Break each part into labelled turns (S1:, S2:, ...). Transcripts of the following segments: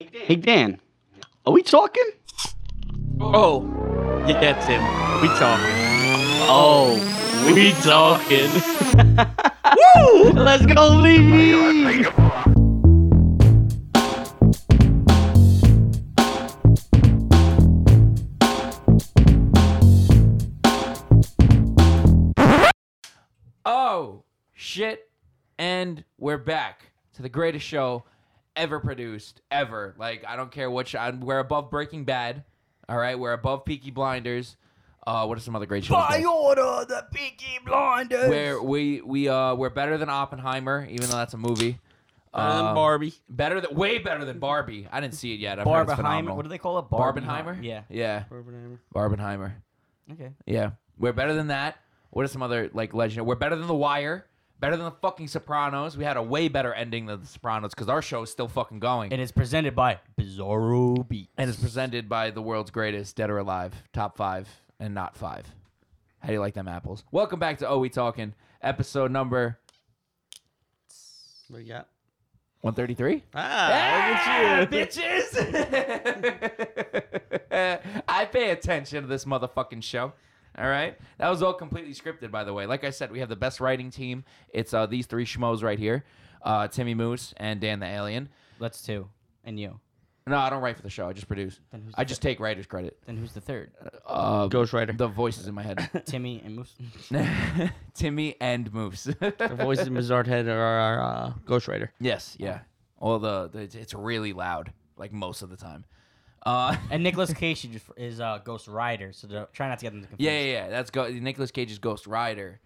S1: Hey Dan, are we talking?
S2: Oh, yeah, that's him. We talking.
S1: Oh,
S2: We talking.
S1: woo! Let's go, Lee.
S3: Oh shit! And we're back to the greatest show ever produced, ever. Like I don't care what show. I'm- We're above Breaking Bad. All right, we're above Peaky Blinders. Uh, what are some other great shows? By order, the Peaky Blinders. Where we we uh we're better than Oppenheimer, even though that's a movie. Um,
S2: I'm Barbie.
S3: better than way better than Barbie. I didn't see it yet. I've heard it's
S4: Barbenheimer.
S3: phenomenal.
S4: What do they call it?
S3: Barbenheimer.
S4: Yeah.
S3: yeah, Barbenheimer.
S4: Okay.
S3: Yeah, we're better than that. What are some other like legendary? We're better than The Wire. Better than the fucking Sopranos. We had a way better ending than the Sopranos because our show is still fucking going.
S4: And it's presented by Bizarro Beats.
S3: and it's presented by the world's greatest, dead or alive, top five and not five. How do you like them apples? Welcome back to Oh We Talking, episode number
S1: What you got?
S3: one thirty three.
S1: Ah,
S3: Ah, bitches! I pay attention to this motherfucking show. All right, that was all completely scripted, by the way. Like I said, we have the best writing team. It's uh, these three schmoes right here: uh, Timmy Moose and Dan the Alien.
S4: That's two. And you.
S3: No, I don't write for the show. I just produce.
S4: Then who's the
S3: I just take writer's credit.
S4: Then who's the third?
S3: Uh,
S1: Ghostwriter.
S3: the voices in my head:
S4: Timmy and Moose.
S3: Timmy and Moose.
S1: The voices in Bizarre Head are our uh, Ghostwriter.
S3: yes, yeah. All the, the it's- it's really loud, like most of the time. Uh,
S4: and Nicholas Cage is- is uh, Ghost Rider, so don't- try not to get them to confuse.
S3: Yeah, yeah, yeah. That's go- Nicolas Cage's Ghost Rider.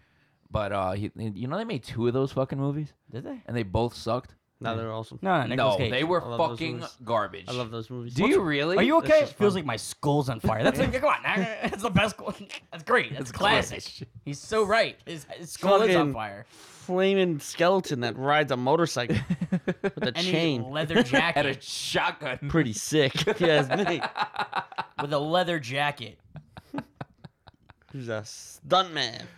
S3: But uh, he, you know they made two of those fucking movies,
S4: Did they?
S3: and they both sucked.
S1: Now they're awesome.
S4: No, no, Nicholas
S3: no,
S4: Cage.
S3: they were
S1: I love those
S3: fucking
S1: movies.
S3: garbage.
S1: I love those movies.
S3: Do you really?
S4: Are you
S1: That's
S4: okay?
S1: just
S4: Feels
S1: fun.
S4: like my skull's on fire. That's like, come on, that's the best. That's great. That's classic. He's so right. His, his skull is on
S1: Fucking
S4: fire.
S1: flaming skeleton that rides a motorcycle with a
S4: And
S1: chain?
S4: his leather
S3: at a
S4: jacket
S3: shotgun?
S1: Pretty sick. yes, me.
S4: with a leather jacket.
S1: Who's a stuntman?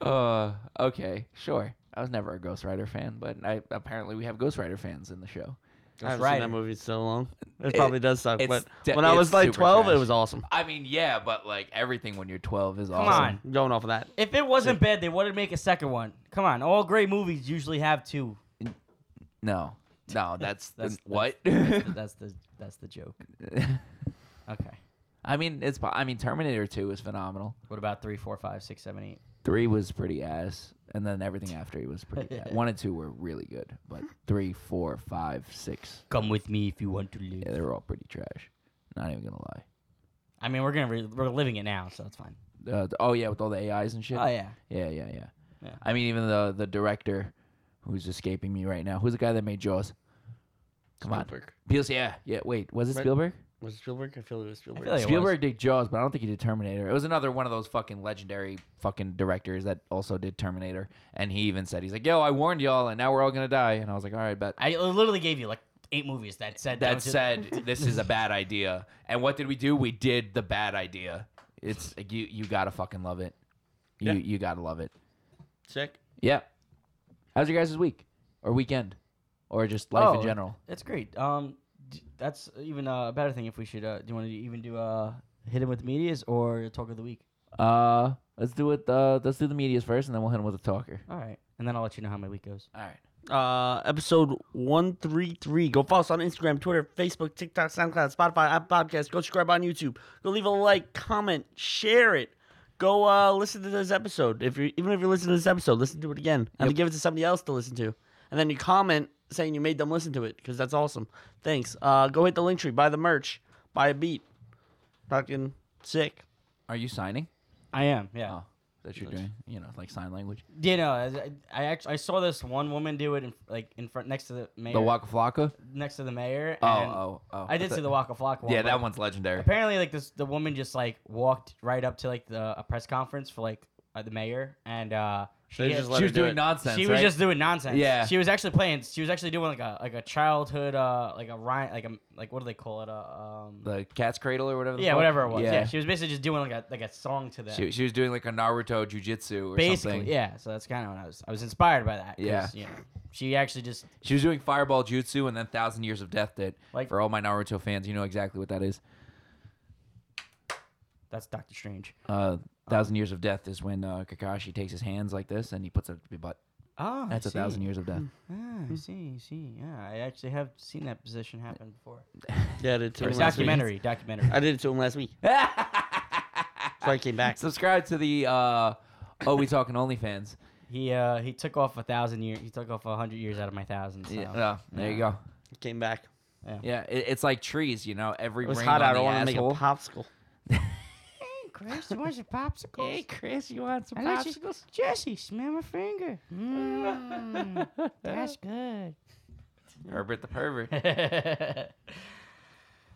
S3: Uh, okay, sure. I was never a Ghost Rider fan, but I, apparently we have Ghost Rider fans in the show.
S1: I haven't
S4: Rider.
S1: seen that movie in so long. It, probably does suck.
S3: it's
S1: But
S3: de-
S1: when I
S3: it's
S1: was like
S3: super
S1: 12,
S3: trash.
S1: it was awesome.
S3: I mean, yeah, but like everything when you're 12 is
S4: Come
S3: awesome.
S4: on.
S1: Going off of that.
S4: If it wasn't bad, they would have make a second one. Come on, all great movies usually have two.
S3: No, no, that's,
S4: That's-
S3: the, what.
S4: That's the that's the joke. Okay.
S3: I mean, it's. po- I mean, Terminator 2 is phenomenal.
S4: What about three, four, five, six, seven, eight?
S3: Three was pretty ass, and then everything after it was pretty bad. One and two were really good, but three, four, five, six,
S4: Come with me if you want to live.
S3: yeah, they were all pretty trash. Not even gonna lie.
S4: I mean, we're gonna re- we're living it now, so it's fine.
S3: Uh, th- oh yeah, with all the AIs and shit.
S4: Oh yeah,
S3: yeah, yeah, yeah.
S4: Yeah.
S3: I mean, even the the director, who's escaping me right now, who's the guy that made Jaws? Come
S1: Spielberg.
S3: on, Spielberg. Yeah, yeah. Wait, was it
S1: Right.
S3: Spielberg?
S1: Was it Spielberg? I feel it was Spielberg.
S4: feel like- It was.
S3: Spielberg did Jaws, but I don't think he did Terminator. It was another one of those fucking legendary fucking directors that also did Terminator. And he even said, he's like, yo, I warned y'all, and now we're all gonna die. And I was like, all right, bet.
S4: I literally gave you like eight movies that said
S3: that
S4: was it.
S3: said this is a bad idea. And what did we do? We did the bad idea. It's you you gotta fucking love it. You
S1: Yeah.
S3: you gotta love it.
S1: Sick.
S3: Yeah. How's your guys' week? Or weekend? Or just life
S4: Oh,
S3: in general?
S4: That's great. Um, d- that's even uh, a better thing if we should. Uh, do you want to even do uh, hit him with the medias or talk of the week?
S3: Uh let's do it uh let's do the medias first and then we'll hit him with a talker.
S4: All right, and then I'll let you know how my week goes.
S3: All right.
S1: Uh, episode 133. Go follow us on Instagram, Twitter, Facebook, TikTok, SoundCloud, Spotify, App Podcast. Go subscribe on YouTube. Go leave a like, comment, share it. Go uh, listen to this episode. If you even if you listen to this episode, listen to it again and give it to somebody else to listen to. And then you comment saying you made them listen to it because that's awesome. Thanks. Uh, go hit the link tree, buy the merch, buy a beat. Fucking sick.
S3: Are you signing?
S4: I am. Yeah.
S3: Oh. That you're doing, you know, like sign language.
S4: You know, I, I actually I saw this one woman do it in like in front next to the mayor.
S3: The Waka Flocka?
S4: next to the mayor.
S3: Oh,
S4: and
S3: oh, oh.
S4: I did see the Waka Flock one.
S3: Yeah,
S4: but
S3: that one's legendary.
S4: Apparently, like this, the woman just like walked right up to like the a press conference for like uh, the mayor, and uh, she,
S2: They
S4: had-
S2: just let
S3: she
S2: her
S3: was
S2: do
S3: doing
S2: it.
S3: nonsense.
S4: she was
S3: right?
S4: just doing nonsense.
S3: Yeah.
S4: she was actually playing. She was actually doing like a like a childhood uh like a rhyme like a like what do they call it a um
S3: the cat's cradle or whatever. The
S4: yeah
S3: fuck?
S4: whatever it was. Yeah. she was basically just doing like a like a song to them.
S3: She, she was doing like a Naruto jujitsu or
S4: basically,
S3: something.
S4: yeah. So that's kind of what I was. I was inspired by that. 'cause,
S3: Yeah.
S4: you know, she actually just
S3: She was doing Fireball Jutsu and then Thousand Years of Death did.
S4: Like-
S3: For all my Naruto fans, you know exactly what that is.
S4: that's Doctor Strange.
S3: Uh, Thousand Years of Death is when uh, Kakashi takes his hands like this and he puts it up to his butt.
S4: Oh,
S3: That's
S4: I
S3: a Thousand
S4: see.
S3: Hmm. Years of Death.
S4: Ah, I see, I see. Yeah, I actually have seen that position happen before.
S1: Yeah, I did it to
S4: Or
S1: him last week.
S4: documentary, documentary.
S1: I did it to him last week. So I came back.
S3: Subscribe to the uh, Oh We Talking OnlyFans.
S4: He uh he took off a thousand years. He took off a hundred years out of my thousand. So.
S3: Yeah, uh, there you go.
S1: Came back.
S3: Yeah, it, it's like trees, you know. Every
S1: It was
S3: ring
S1: hot
S3: on
S1: out.
S3: the
S1: I wanted to make a
S3: asshole.
S1: popsicle.
S4: Hey, Chris, you want your popsicles?
S3: Hey, Chris, you want some
S4: I let you-
S3: popsicles?
S4: Jesse, smell my finger. Mmm, that's good.
S3: Herbert the pervert.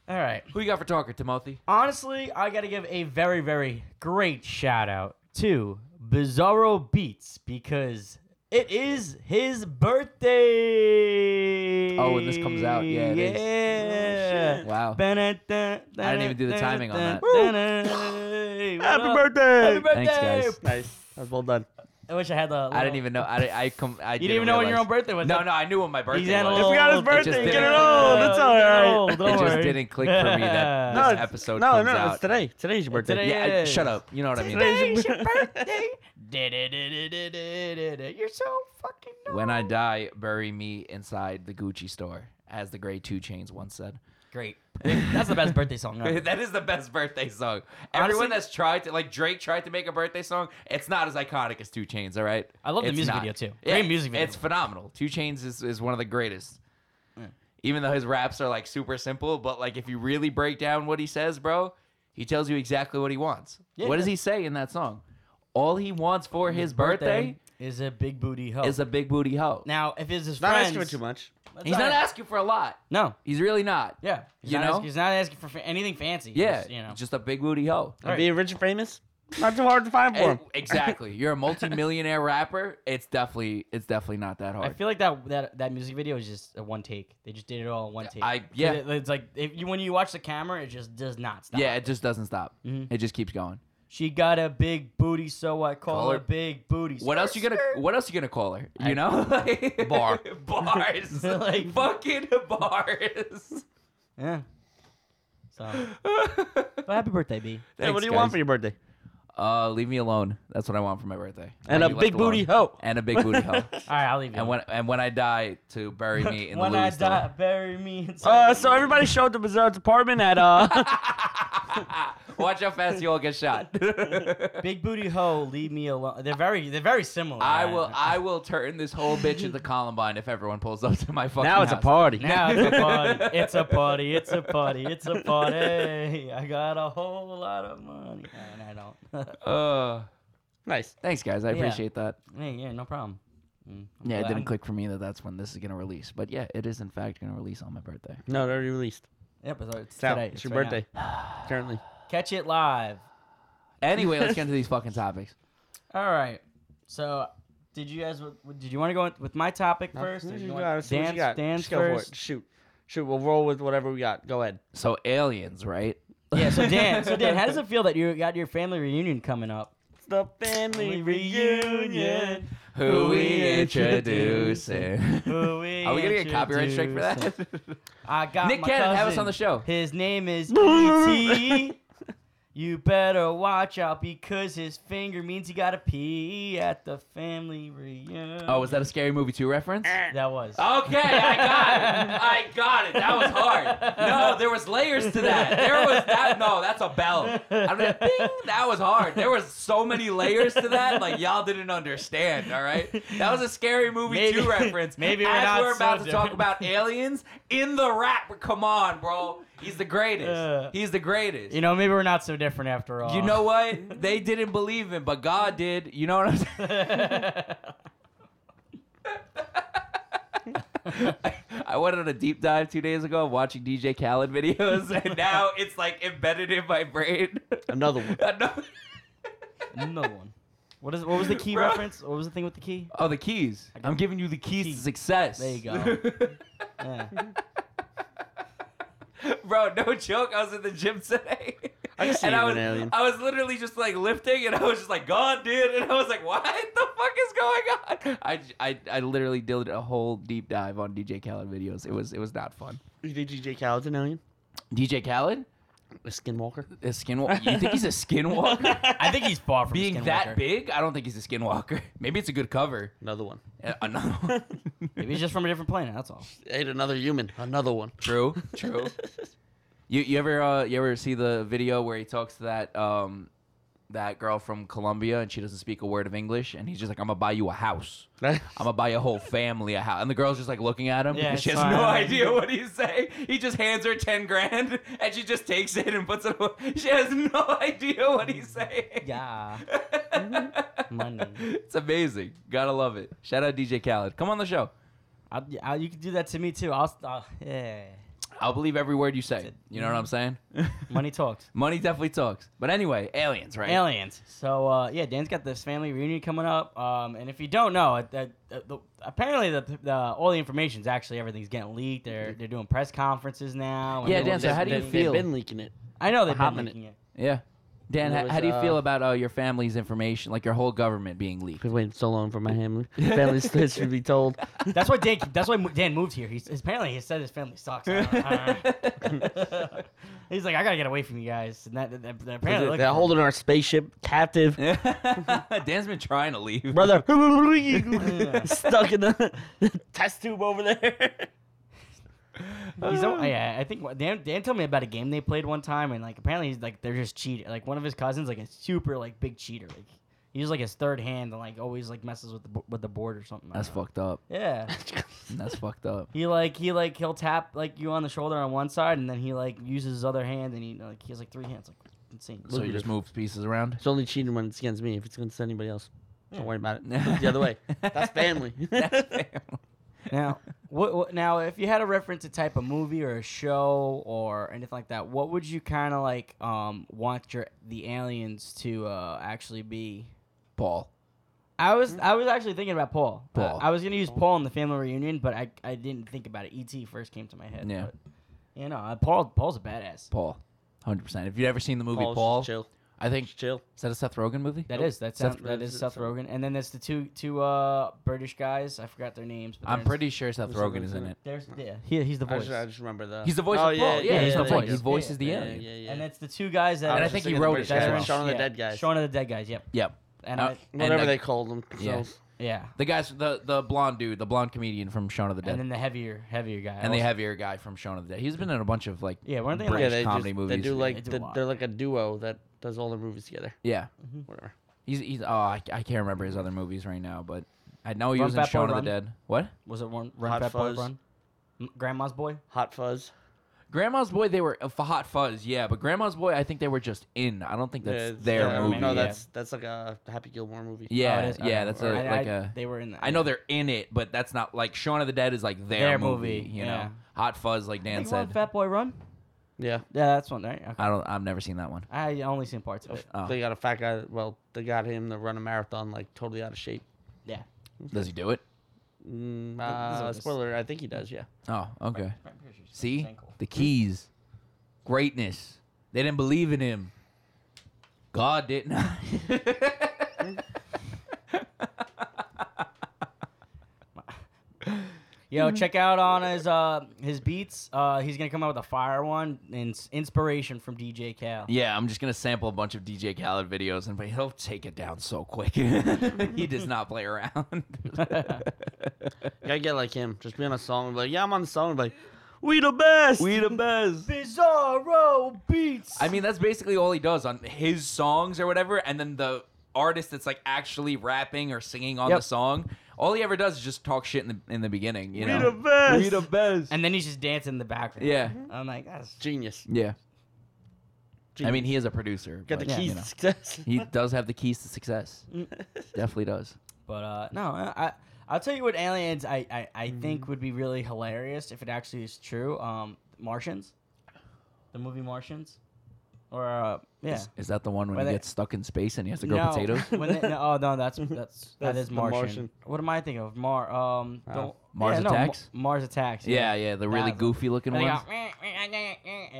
S4: All right.
S3: Who you got for talker, Timothy?
S4: Honestly, I gotta give a very, very great shout out to Bizarro Beats because it is his birthday.
S3: Oh, when this comes out, yeah, it
S4: yeah.
S3: is. Oh, Wow.
S4: I
S3: didn't even do the timing on that.
S4: that.
S1: Happy birthday!
S4: Happy birthday!
S3: Thanks, guys.
S1: Nice. That was well done.
S4: I wish I had the.
S3: I didn't
S4: little-
S3: even know. I, I com- I
S4: You didn't even know when your own birthday was.
S3: No, no, I knew when my birthday
S4: He's had a
S3: was.
S4: little.
S1: forgot his
S4: it just
S3: birthday,
S4: didn't
S3: get it
S4: click.
S1: old, it's all right.
S4: Old,
S3: it
S4: don't
S3: just
S4: worry.
S3: didn't click for me that
S1: No,
S3: this
S1: it's-
S3: episode
S1: No,
S3: comes
S1: no,
S3: out.
S1: it's today. Today's your birthday.
S4: Today
S3: Yeah, I-
S4: is.
S3: shut up. You know what I mean.
S1: Today's your
S4: birthday. Da-da-da-da-da-da-da. You're so fucking. Dumb.
S3: When I die, bury me inside the Gucci store, as the Great Two Chains once said.
S4: great. That's the best birthday song. Ever.
S3: that is the best birthday song. Everyone
S4: Honestly-
S3: that's tried to, like Drake tried to make a birthday song, it's not as iconic as Two Chains. All right,
S4: I love the
S3: It's
S4: music
S3: not.
S4: video, too. Great music video.
S3: It's phenomenal. Two Chains is, is one of the greatest. Even though his raps are like super simple, but like if you really break down what he says, bro, he tells you exactly what he wants.
S4: Yeah,
S3: what does
S4: yeah.
S3: he say in that song? All he wants for his, birthday,
S4: is a big booty hoe.
S3: is a big booty hoe.
S4: now, if it's his
S1: Not
S4: friends,
S1: asking for too much.
S4: let's
S3: He's not asking for a lot.
S4: No.
S3: He's really not.
S4: Yeah. He's
S3: You
S4: not
S3: know?
S4: Asking, he's not asking for fa- anything fancy.
S3: Yeah,
S4: Just, you know.
S3: just a big booty hoe.
S4: All right.
S1: Being rich and famous, not too hard to find for him.
S3: It- exactly. You're a multimillionaire rapper. It's definitely it's definitely not that
S4: I
S3: hard.
S4: feel like that that that music video is just a one take. They just did it all in one take.
S3: I- yeah.
S4: It- it's like if you when you watch the camera, it just does not stop.
S3: yeah, it just doesn't stop.
S1: Mm-hmm.
S4: Mhm.
S3: It just keeps going.
S4: She got a big booty, so I call,
S3: Call
S4: her
S3: her-
S4: big booty.
S3: What else you gonna What else you gonna call her? You know,
S2: Bar.
S3: bars,
S4: Like-
S3: like fucking bars.
S4: Yeah. So, but happy birthday, B.
S1: Hey, what
S3: Thanks,
S1: do you want
S3: guys.
S1: for your birthday?
S3: Uh, leave me alone. That's what I want for my birthday.
S1: And
S3: Let
S1: a
S3: me
S1: big
S3: left alone.
S1: booty hoe.
S3: And a big booty hoe.
S4: All right, I'll leave you.
S3: And when and when I die, to bury me in
S4: when
S3: the
S4: I
S3: Louis store.
S4: die, bury me.
S1: Uh, so everybody show up to Bizarre's apartment at uh.
S3: Watch how fast you all get shot.
S4: big booty hoe, leave me alone. They're very, they're very similar.
S3: I
S4: right?
S3: will I will turn this whole bitch into Columbine if everyone pulls up to my fucking
S1: now it's a
S3: house.
S1: party.
S4: Now it's a party. It's a party. It's a party. It's a party. I got a whole lot of money, and I don't.
S3: Uh,
S1: nice.
S3: thanks guys, I
S4: Yeah.
S3: appreciate that.
S4: hey, yeah, no problem. Mm, I'm
S3: Yeah, it
S4: glad-
S3: didn't
S4: I'm-
S3: click for me that that's when this is gonna release, but yeah, it is in fact gonna release on my birthday.
S1: No, they already released.
S4: Yep, it's, it's
S1: It's out.
S4: today.
S1: it's your
S4: right now.
S1: birthday. Currently.
S4: Catch it live.
S3: Anyway, let's get into these fucking topics.
S4: All right. So, did you guys? Did you want to go with my topic first? or
S1: What
S4: did
S1: you
S4: you
S1: got?
S4: want-
S1: Let's see what you
S4: dance,
S1: got.
S4: dance
S1: Just go for
S4: first.
S1: it. Shoot. Shoot. We'll roll with whatever we got. Go ahead.
S3: So aliens, right?
S4: Yeah. So Dan, so Dan, how does it feel that you got your family reunion coming up?
S1: It's the family reunion.
S3: Who we introducing?
S4: Who we
S3: Are we gonna get copyright strike for that?
S4: introducing? I got
S3: Nick
S4: my
S3: Cannon, have us
S4: cousin.
S3: on the show.
S4: His name is E.T. You better watch out because his finger means he got to pee at the family reunion.
S3: oh, was that a scary movie two reference?
S4: that Oh. was.
S3: Okay, I got it. I got it. That was hard. No, there was layers to that. There was that. No, that's a bell. I mean, ding, that was hard. There was so many layers to that. Like y'all didn't understand. All right, that was a scary movie
S4: Maybe-
S3: two reference.
S4: maybe we're
S3: as
S4: not
S3: we're about
S4: so
S3: to talk
S4: different.
S3: about aliens in the rap. Come on, bro. He's the greatest.
S4: Yeah.
S3: He's the greatest.
S4: Uh, You uh, know, maybe we're not so different after all.
S3: You know what? They didn't believe him, but God did. You know what I'm saying? I, I went on a deep dive two days ago watching DJ Khaled videos, and now it's like embedded in my brain.
S1: Another one.
S3: Another-
S4: Another one. What is? What was the key
S2: Bro.
S4: reference? What was the thing with the key?
S3: Oh, the keys. I'm giving you the keys,
S4: Keys.
S3: to success.
S4: There you go. Yeah.
S3: Bro, no joke. I was in the gym today.
S1: I can see
S3: and
S1: you
S3: I
S1: as
S3: was,
S1: an alien.
S3: I was literally just like lifting, and I was just like, God, dude. And I was like, what the fuck is going on? I, j- I, I literally did a whole deep dive on DJ Khaled videos. It was it was not fun.
S1: You think DJ Khaled's an alien?
S3: DJ Khaled?
S1: A skinwalker?
S3: A skinwalker? You think he's a skinwalker?
S4: I think he's far from
S3: Being
S4: Skinwalker.
S3: that big, I don't think he's a skinwalker. Maybe it's a good cover.
S1: Another one.
S3: Uh, Another one.
S4: Maybe he's just from a different planet. That's all.
S1: Ate another human. Another one.
S3: True, true. you you ever uh, you ever see the video where he talks to that um that girl from Colombia and she doesn't speak a word of English and he's just like I'm gonna buy you a house. I'm gonna buy your whole family a house. And the girl's just like looking at him
S4: Yeah,
S3: because she has
S4: it's
S3: no
S4: fine.
S3: idea what he's saying. He just hands her ten grand and she just takes it and puts it away. She has no idea what he's saying. Mm-hmm.
S4: Yeah. Money.
S3: It's amazing. Gotta love it. Shout out DJ Khaled. Come on the show.
S4: I, I, you can do that to me too. I'll. I'll yeah.
S3: I'll believe every word you say.
S4: it. Mm-hmm.
S3: You know what I'm saying?
S4: Money talks.
S3: Money definitely talks. But anyway, aliens, right?
S4: Aliens. So uh, yeah, Dan's got this family reunion coming up, um, and if you don't know, it- that uh, the, apparently the, the all the information's actually everything's getting leaked. They're they're doing press conferences now. and
S3: Yeah,
S4: everyone's-
S3: Dan, so how do you feel?
S1: They've been leaking it.
S4: I know they've
S1: hot
S4: been
S1: minute.
S4: leaking it.
S3: Yeah. Dan,
S4: There
S3: h-
S4: was,
S3: how do you feel
S4: uh,
S3: about uh, your family's information, like your whole government being leaked?
S1: Been waiting so long for my family. Family's history to be told.
S4: That's why Dan. That's why mo- Dan moved here. He's apparently he said his family sucks. I don't- I don't know. He's like, I gotta get away from you guys. And that, that, that apparently
S1: They're,
S4: looking for-
S1: holding our spaceship captive,
S3: Dan's been trying to leave.
S1: brother. stuck in the test tube over there.
S4: He's al- yeah, I think what- Dan, Dan told me about a game they played one time, and like apparently he's like they're just cheating. Like one of his cousins, like a super like big cheater. Like he's like his third hand and like always like messes with the bo- with the board or something. I
S3: That's
S4: don't know.
S3: fucked up.
S4: Yeah,
S3: That's fucked up.
S4: he like he like he'll tap like you on the shoulder on one side, and then he like uses his other hand, and he like he has like three hands, like insane.
S3: So he
S1: Lucrative.
S3: just moves pieces around.
S1: It's only cheating when it's against me. If it's against anybody else, don't worry about it. Look the other way. That's family.
S3: That's family.
S4: Now, what, what now if you had a reference to type of movie or a show or anything like that, what would you kind of like um want your the aliens to uh actually be?
S3: Paul.
S4: I was I was actually thinking about Paul. Uh,
S3: Hmm? Paul.
S4: I was gonna use Paul in the family reunion, but I, I didn't think about it. E.T. first came to my head.
S3: Yeah.
S4: But, you know, uh, Paul Paul's a badass.
S3: Paul. 100%. If you've ever seen the movie
S1: Paul's just
S3: Paul,
S1: chill.
S3: I think.
S1: Just chill.
S3: Is that a Seth Rogen movie?
S4: That
S1: Nope.
S4: is that's
S1: Seth-
S4: Seth, that is
S1: is it
S4: Seth
S1: Seth-
S4: Rogen, and then there's the two two uh British guys. I forgot their names. But
S3: I'm
S4: they're in-
S3: pretty sure Seth
S1: There's something
S3: Rogen is in it.
S4: There's yeah he, he's the
S1: I
S4: voice,
S1: just, I just remember the.
S3: He's the voice
S1: oh,
S3: of
S1: yeah,
S3: Paul. Yeah,
S1: yeah,
S3: he's the
S1: yeah,
S3: voice.
S1: yeah,
S3: He voices the
S1: yeah,
S3: alien.
S1: Yeah, yeah.
S4: and it's the two guys that
S1: I
S3: And I
S1: was
S3: think
S1: just
S3: he
S1: thinking
S3: wrote
S1: the
S3: it as
S1: British guys.
S3: well.
S1: Shaun of the Dead guys.
S4: Shaun of the Dead guys. Yep.
S3: Yep.
S4: And
S3: Uh,
S4: I,
S3: and
S1: Whatever
S3: the-
S1: they called them. themselves.
S4: yeah.
S3: The guys, the, the blonde dude, the blonde comedian from Shaun of the Dead.
S4: And then the heavier heavier guy.
S3: and the
S4: also.
S3: heavier guy from Shaun of the Dead. He's been in a bunch of like
S4: yeah weren't they
S3: British
S4: like
S1: they
S3: comedy
S1: just,
S3: movies.
S1: They do
S4: They
S1: like
S4: do a
S1: they
S4: lot.
S1: they're like a duo that does all their movies together.
S3: yeah.
S1: Whatever.
S3: He's he's oh I, I can't remember his other movies right now, but I know he
S4: Run,
S3: was in
S4: Fat Boy,
S3: Shaun of the
S4: Run.
S3: Dead. What?
S4: was it one Run
S1: Hot
S4: Fat Boy
S1: Fuzz.
S4: Run? M- Grandma's Boy.
S1: Hot Fuzz.
S3: Grandma's Boy, they were uh, for Hot Fuzz, yeah, but Grandma's Boy, I think they were just in. I don't think that's
S1: Yeah,
S3: their
S1: yeah,
S3: movie.
S1: No,
S4: yeah.
S1: that's that's like a Happy Gilmore movie.
S4: Oh, it
S3: yeah,
S4: is?
S3: yeah,
S4: Okay.
S3: that's a,
S4: Or- I-
S3: like
S4: I-
S3: a.
S4: they were in that.
S3: I know they're in it, but that's not like Shaun of the Dead is like their,
S4: Their
S3: movie,
S4: movie, yeah.
S3: you know. Hot Fuzz, like Dan
S4: Think Run
S3: said.
S4: Fat Boy Run.
S1: Yeah.
S4: Yeah, that's one right. Okay.
S3: I don't. I've never seen that one.
S4: I only seen parts of it.
S3: Oh.
S1: They got a fat guy. Well, they got him to run a marathon like totally out of shape.
S4: Yeah.
S3: Does he do it?
S1: Mm,
S4: is
S1: uh,
S4: what this-
S1: spoiler, I think he does. Yeah.
S3: Oh, okay. See the keys, greatness. They didn't believe in him. God did not.
S4: Yo, check out on his uh his beats. Uh, he's gonna come out with a fire one and s- inspiration from DJ Cal.
S3: Yeah, I'm just gonna sample a bunch of DJ Khaled videos, and but he'll take it down so quick. he does not play around.
S1: Gotta get like him. Just be on a song. Like, yeah, I'm on the song. Like, we the best.
S3: the best.
S4: Bizarro beats.
S3: I mean, that's basically all he does on his songs or whatever, and then the artist that's like actually rapping or singing on
S4: Yep.
S3: the song. All he ever does is just talk shit in the in the beginning. You
S1: we
S3: know,
S1: the best.
S3: We the best.
S4: and then he's just dancing in the background.
S3: yeah,
S4: I'm like, that's
S1: Genius.
S3: yeah. I
S1: Genius.
S3: mean, he is a producer.
S1: got the
S3: but,
S1: keys
S3: you
S1: to
S3: know,
S1: success.
S3: he does have the keys to success. Definitely does.
S4: But uh, no, I, I I'll tell you what aliens I I, I think would be really hilarious if it actually is true. Um, Martians, the movie Martians. Or uh, yeah.
S3: Is, is that the one when
S4: When
S3: he
S4: they-
S3: gets stuck in space and he has to grow
S4: No,
S3: potatoes?
S4: when they- no, oh no, that's that's, that
S1: That's
S4: is
S1: the
S4: Martian.
S1: Martian.
S4: What am I thinking of? Mar um
S1: Ah.
S4: don't-
S3: Uh, Mars
S4: yeah, no, Ma-
S3: Attacks?
S4: Mars attacks.
S3: yeah, yeah, the really
S4: That's-
S3: goofy looking
S4: And they
S3: ones.
S4: go, yeah,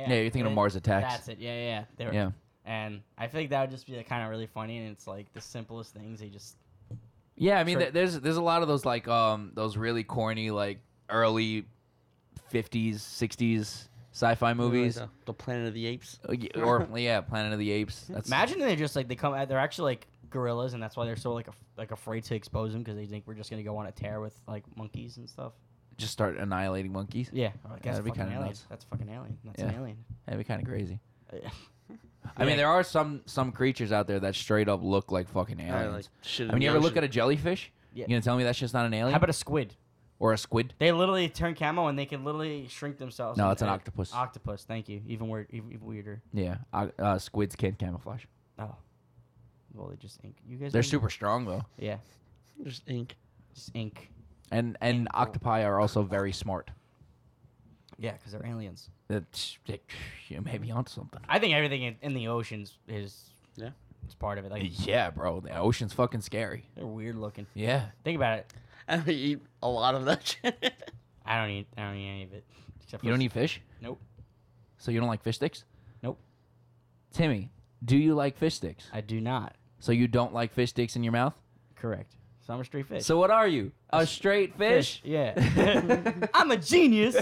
S3: Yeah, you're thinking of
S4: they-
S3: Mars Attacks.
S4: eh, That's it. Yeah, yeah, yeah. They were-
S3: Yeah.
S4: And I feel like that would just be kind of really funny, and it's like the simplest things. They just
S3: Yeah, I mean,
S4: Sure.
S3: there- there's there's a lot of those like um those really corny like early '50s '60s sci-fi movies,
S1: the, the Planet of the Apes.
S3: Uh, y- or yeah, Planet of the Apes. That's
S4: imagine they're just like they come. out They're actually like gorillas, and that's why they're so like af- like afraid to expose them because they think we're just gonna go on a tear with like monkeys and stuff.
S3: just start annihilating monkeys.
S4: Yeah, I'm like, that's
S3: That'd be
S4: a fucking
S3: kinda
S4: alien.
S3: nuts.
S4: That's a fucking alien. That's an
S3: Yeah.
S4: alien.
S3: That'd be kind of crazy.
S4: Yeah.
S3: I mean,
S4: Yeah.
S3: there are some some creatures out there that straight up look like fucking
S1: Yeah,
S3: aliens.
S1: like shit
S3: I
S1: in
S3: mean,
S1: the
S3: you ever look
S1: ocean.
S3: at a jellyfish?
S4: Yeah.
S3: You gonna tell me that's just not an alien
S4: How about a squid?
S3: or a squid?
S4: They literally turn camo and they can literally shrink themselves.
S3: No,
S4: and-
S3: that's an
S4: and-
S3: octopus.
S4: Octopus. Thank you. Even weird. Even, even weirder.
S3: Yeah, uh, uh, squids can't camouflage.
S4: Oh. Well, they just ink. You guys.
S3: They're
S4: know-
S3: super strong though,
S4: Yeah.
S1: There's ink.
S4: Just ink.
S3: and and
S4: Painful.
S3: octopi are also very smart.
S4: Yeah, because they're aliens.
S3: That's it, you may be onto something.
S4: I think everything in, in the oceans is.
S1: Yeah.
S4: It's part of it. Like
S3: Yeah, bro, the ocean's fucking scary.
S4: they're weird looking.
S3: Yeah,
S4: Think about it.
S1: And we eat a lot of that shit.
S4: I don't eat. I don't eat any of it. Except for
S3: you don't eat fish,
S4: Nope.
S3: so you don't like fish sticks.
S4: Nope.
S3: Timmy, do you like fish sticks?
S4: I do not.
S3: So you don't like fish sticks in your mouth.
S4: Correct. So I'm a straight fish.
S3: So what are you? A straight fish?
S4: Yeah. I'm a genius.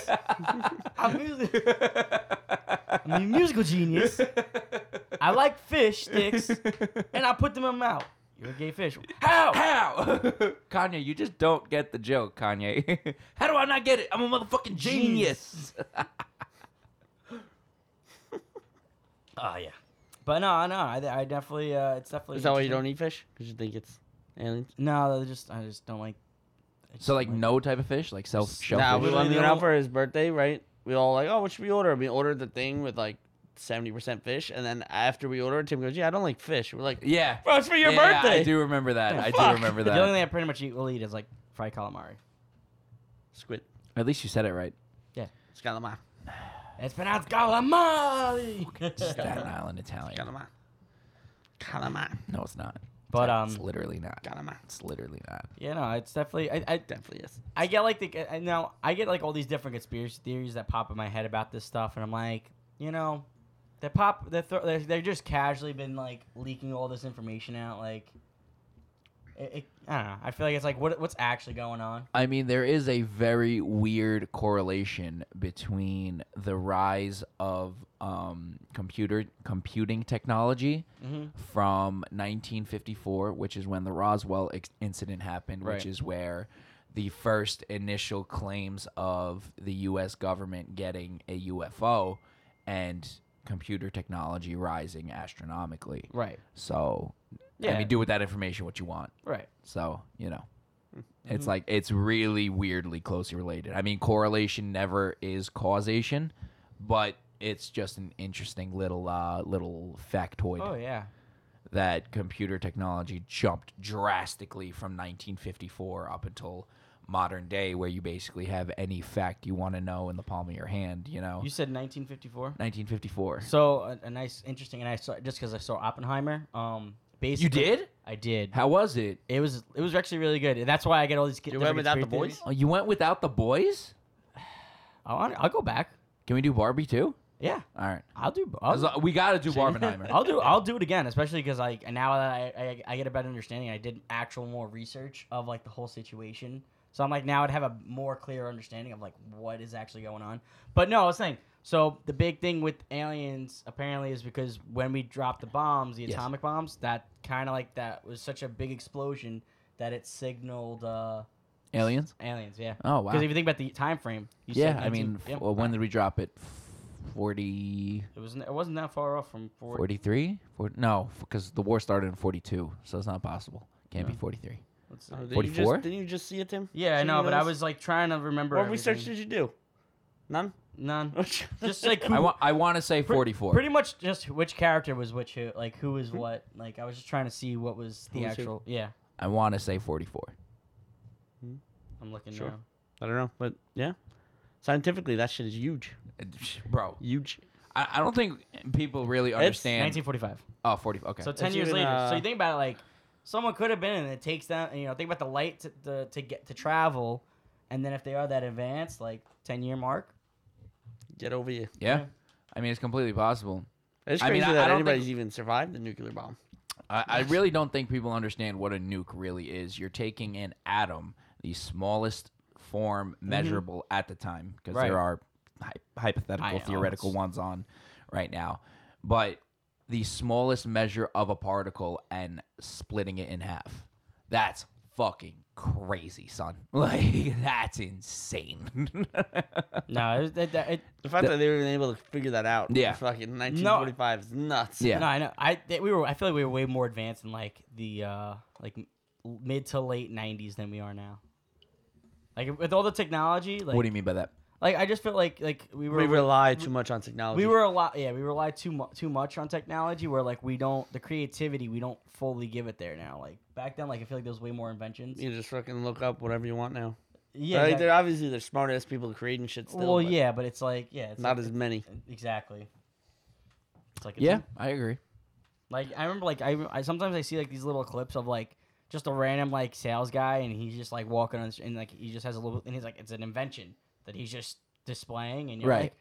S4: I'm, music- I'm a musical genius. I like fish sticks, and I put them in my mouth. You're a gay fish.
S3: How? How? Kanye, you just don't get the joke, Kanye. How do I not get it? I'm a motherfucking genius.
S4: Oh yeah. But no, no, I, I definitely, uh, it's definitely.
S1: Is that why you don't
S4: interesting.
S1: eat fish? Because you think it's aliens?
S4: No, I just, I just don't like. I just
S3: so like
S4: don't
S3: no type of fish, like self shellfish.
S1: Nah, we,
S4: Literally
S1: when we
S4: the
S1: went out
S4: only-
S1: for his birthday, right? We all like, oh, what should we order? We ordered the thing with like 70% fish. And then after we ordered, Tim goes, yeah, I don't like fish. We're like,
S3: yeah.
S1: bro, it's for your
S3: Yeah,
S1: birthday.
S3: I do remember that.
S1: Yeah,
S3: I
S1: fuck.
S3: do remember
S4: The only
S3: that.
S4: thing I pretty much eat will eat is like fried calamari.
S1: Squid.
S3: At least you said it right.
S1: Scalamar.
S4: It's pronounced calamari.
S3: Staten Island Italian.
S1: Scalamar. Calamar.
S3: No, it's not.
S4: but
S3: it's
S4: um,
S3: literally not.
S1: Calamar.
S3: It's literally not.
S4: yeah, no, it's definitely. I, I
S1: Definitely is.
S4: I get like the I- now I get like all these different conspiracy theories that pop in my head about this stuff, and I'm like, you know, they pop they throw they're, they're just casually been like leaking all this information out. Like, it, it, I don't know. I feel like it's like what what's actually going on.
S3: I mean, there is a very weird correlation between the rise of um, computer computing technology
S4: Mm-hmm.
S3: from 1954, which is when the Roswell ex- incident happened,
S4: Right.
S3: which is where the first initial claims of the U.S. government getting a UFO and computer technology rising astronomically.
S4: Right.
S3: So, I
S4: Yeah.
S3: mean, do with that information what you want.
S4: Right.
S3: So, you know, it's
S4: Mm-hmm.
S3: like it's really weirdly closely related. I mean, correlation never is causation, but it's just an interesting little uh, little factoid
S4: Oh yeah.
S3: that computer technology jumped drastically from 1954 up until modern day where you basically have any fact you want to know in the palm of your hand, you know.
S4: You said 1954.
S3: 1954.
S4: So a, a nice, interesting, and I saw just because I saw Oppenheimer. Um, basically,
S3: You did?
S4: I did.
S3: How was it?
S4: It was it was actually really good. and That's why I get all these.
S1: You went without the boys?
S3: Oh, you went without the boys?
S4: I'll, I'll go back.
S3: Can we do Barbie too?
S4: Yeah,
S3: All right.
S4: I'll do. I'll,
S3: As- we got to do Barbenheimer.
S4: I'll do. I'll do it again, especially because like now that I, I I get a better understanding, I did actual more research of like the whole situation. So I'm like now I'd have a more clear understanding of like what is actually going on. But no, I was saying. So the big thing with aliens apparently is because when we dropped the bombs, the
S3: Yes.
S4: atomic bombs, that kind of like that was such a big explosion that it signaled uh,
S3: Aliens?
S4: aliens. Yeah.
S3: Oh, wow.
S4: Because if you think about the time frame, you said
S3: Yeah, I
S4: 19
S3: mean, f-
S4: yeah,
S3: well, when did we drop it? 40,
S4: it wasn't it wasn't that far off from 40.
S3: 43? 40, no, because the war started in 42, so it's not possible. Can't be 43.
S4: Let's see.
S1: Oh, did You
S3: 44?
S1: just, didn't you just see it, Tim?
S4: Yeah, I
S1: Did
S4: know,
S1: you
S4: but I
S1: notice?
S4: was like trying to remember.
S1: What
S4: everything.
S1: research did you do? None?
S4: None. Just like who,
S3: I want. I want to say
S4: pre-
S3: forty-four.
S4: Pretty much just which character was which, who, like who was
S1: Hmm?
S4: what. Like I was just trying to see what was the
S1: Who was who?
S4: actual. Yeah,
S3: I want to say forty-four.
S4: I'm looking
S1: Sure.
S4: now.
S1: I don't know, but yeah. Scientifically, that shit is huge.
S3: Bro,
S1: Huge.
S3: I, I don't think people really understand.
S4: 1945.
S3: oh, 40. Okay.
S4: So ten
S1: It's
S4: years
S1: even,
S4: later. so
S1: uh,
S4: you think about it, like someone could have been, and it takes them. You know, think about the light to, to, to get to travel, and then if they are that advanced, like ten year mark.
S1: Get over here.
S3: yeah. I mean, it's completely possible.
S1: It's
S3: I mean,
S1: crazy
S3: I- I
S1: that
S3: don't
S1: anybody's even survived the nuclear bomb.
S3: I, I really don't think people understand what a nuke really is. You're taking an atom, the smallest form measurable at the time, because
S4: Mm-hmm. Right.
S3: there are hy- hypothetical,
S4: Ions.
S3: theoretical ones on right now, but the smallest measure of a particle and splitting it in half. That's fucking crazy, son. Like, that's insane.
S4: No, it, it, it,
S1: The fact that they were even able to figure that out,
S3: Yeah.
S1: in fucking 1945 is nuts.
S3: yeah.
S4: no, I know. I they, we were. I feel like we were way more advanced in like the uh like m- mid to late '90s than we are now. Like with all the technology, like
S3: what do you mean by that?
S4: like I just feel like like we were
S1: We rely too much on technology.
S4: we were a lot yeah we rely too much too much on technology where like we don't the creativity we don't fully give it there now like back then like I feel like there was way more inventions
S1: You just fucking look up whatever you want now.
S4: yeah
S1: Yeah, like,
S4: that-
S1: they're obviously they're smart ass people creating shit still.
S4: well
S1: but
S4: yeah but it's like yeah it's
S1: not
S4: like-
S1: as many.
S4: exactly it's like it's
S3: Yeah, I agree.
S4: Like I remember, like I, I sometimes I see like these little clips of like just a random like sales guy, and he's just like walking on, the str- and like he just has a little, and he's like it's an invention that he's just displaying, and you're
S3: Right.
S4: like,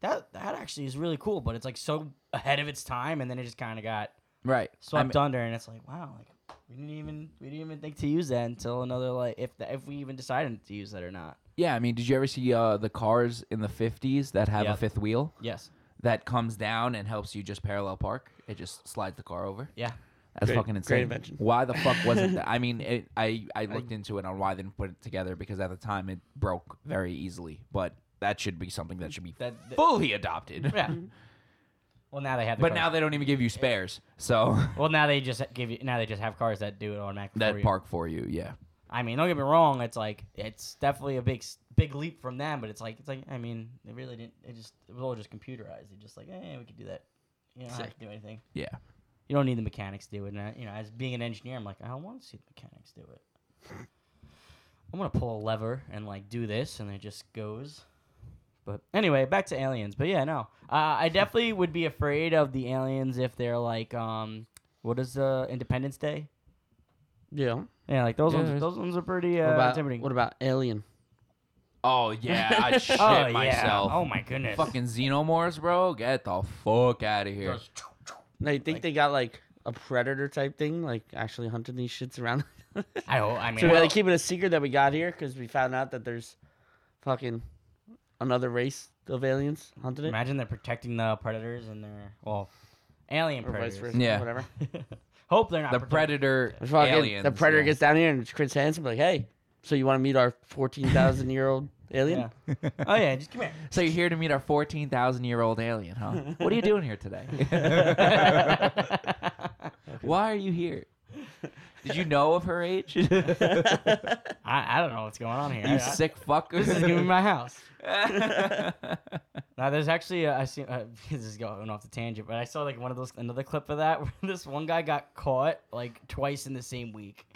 S4: that that actually is really cool, but it's like so ahead of its time, and then it just kind of got
S3: Right. I
S4: swept
S3: mean-
S4: under, and it's like wow, like we didn't even we didn't even think to use that until another like if the, if we even decided to use that or not.
S3: yeah, I mean, did you ever see uh, the cars in the 50s that have
S4: Yeah.
S3: a fifth wheel?
S4: Yes.
S3: that comes down and helps you just parallel park. It just slides the car over.
S4: Yeah.
S3: That's
S1: Great-
S3: fucking
S1: great
S3: insane.
S1: invention.
S3: Why the fuck wasn't that? I mean, it, I I looked into it on why they didn't put it together because at the time it broke very easily. But that should be something that should be
S4: That- that-
S3: fully adopted.
S4: Yeah. well, now they have. The
S3: But
S4: cars.
S3: now they don't even give you spares, so
S4: Well, now they just give you. Now they just have cars that do it automatically. for
S3: that
S4: you.
S3: park for you. Yeah,
S4: I mean, don't get me wrong. It's like it's definitely a big, s- big leap from them. But it's like it's like I mean, they really didn't. It just it was all just computerized. They just like, eh, we could do that. You don't have
S1: Sick.
S4: to do anything.
S3: yeah.
S4: You don't need the mechanics to do it. And I, you know, as being an engineer, I'm like, I don't want to see the mechanics do it. I'm gonna pull a lever and like do this, and it just goes. But anyway, back to aliens. But yeah, no, uh, I definitely would be afraid of the aliens if they're like, um, what is uh, Independence Day?
S1: Yeah.
S4: Yeah, like those
S3: Yeah,
S4: ones.
S3: there's-
S4: Those ones are pretty uh,
S1: what about
S4: intimidating.
S1: what about Alien?
S3: Oh yeah, I shit
S4: oh,
S3: myself.
S4: Yeah. Oh my goodness.
S3: Fucking xenomorphs, bro! Get the fuck out of here.
S1: And I think they got like a predator type thing, like actually hunting these shits around. so
S4: I hope. I mean,
S1: we gotta keep it a secret that we got here because we found out that there's fucking another race of aliens hunting it,
S4: imagine they're protecting the predators and they're well, alien
S1: or vice
S4: predators.
S1: versa,
S3: Yeah.
S1: whatever.
S4: hope they're not
S3: The
S4: protect-
S3: predator,
S1: It's fucking-
S3: aliens.
S1: the predator
S3: yeah.
S1: gets down here and it's Chris Hansen be like, hey, so you want to meet our fourteen thousand year old alien?
S4: Yeah. oh yeah, just come here.
S3: So you're here to meet our 14,000 year old alien, huh? What are you doing here today? Why are you here? Did you know of her age? you
S4: I, I don't know what's going on here. I- I-
S3: sick fuck.
S4: this is gonna be my house. Now there's actually uh, I see uh, this is going off the tangent, but I saw like one of those another clip of that where this one guy got caught like twice in the same week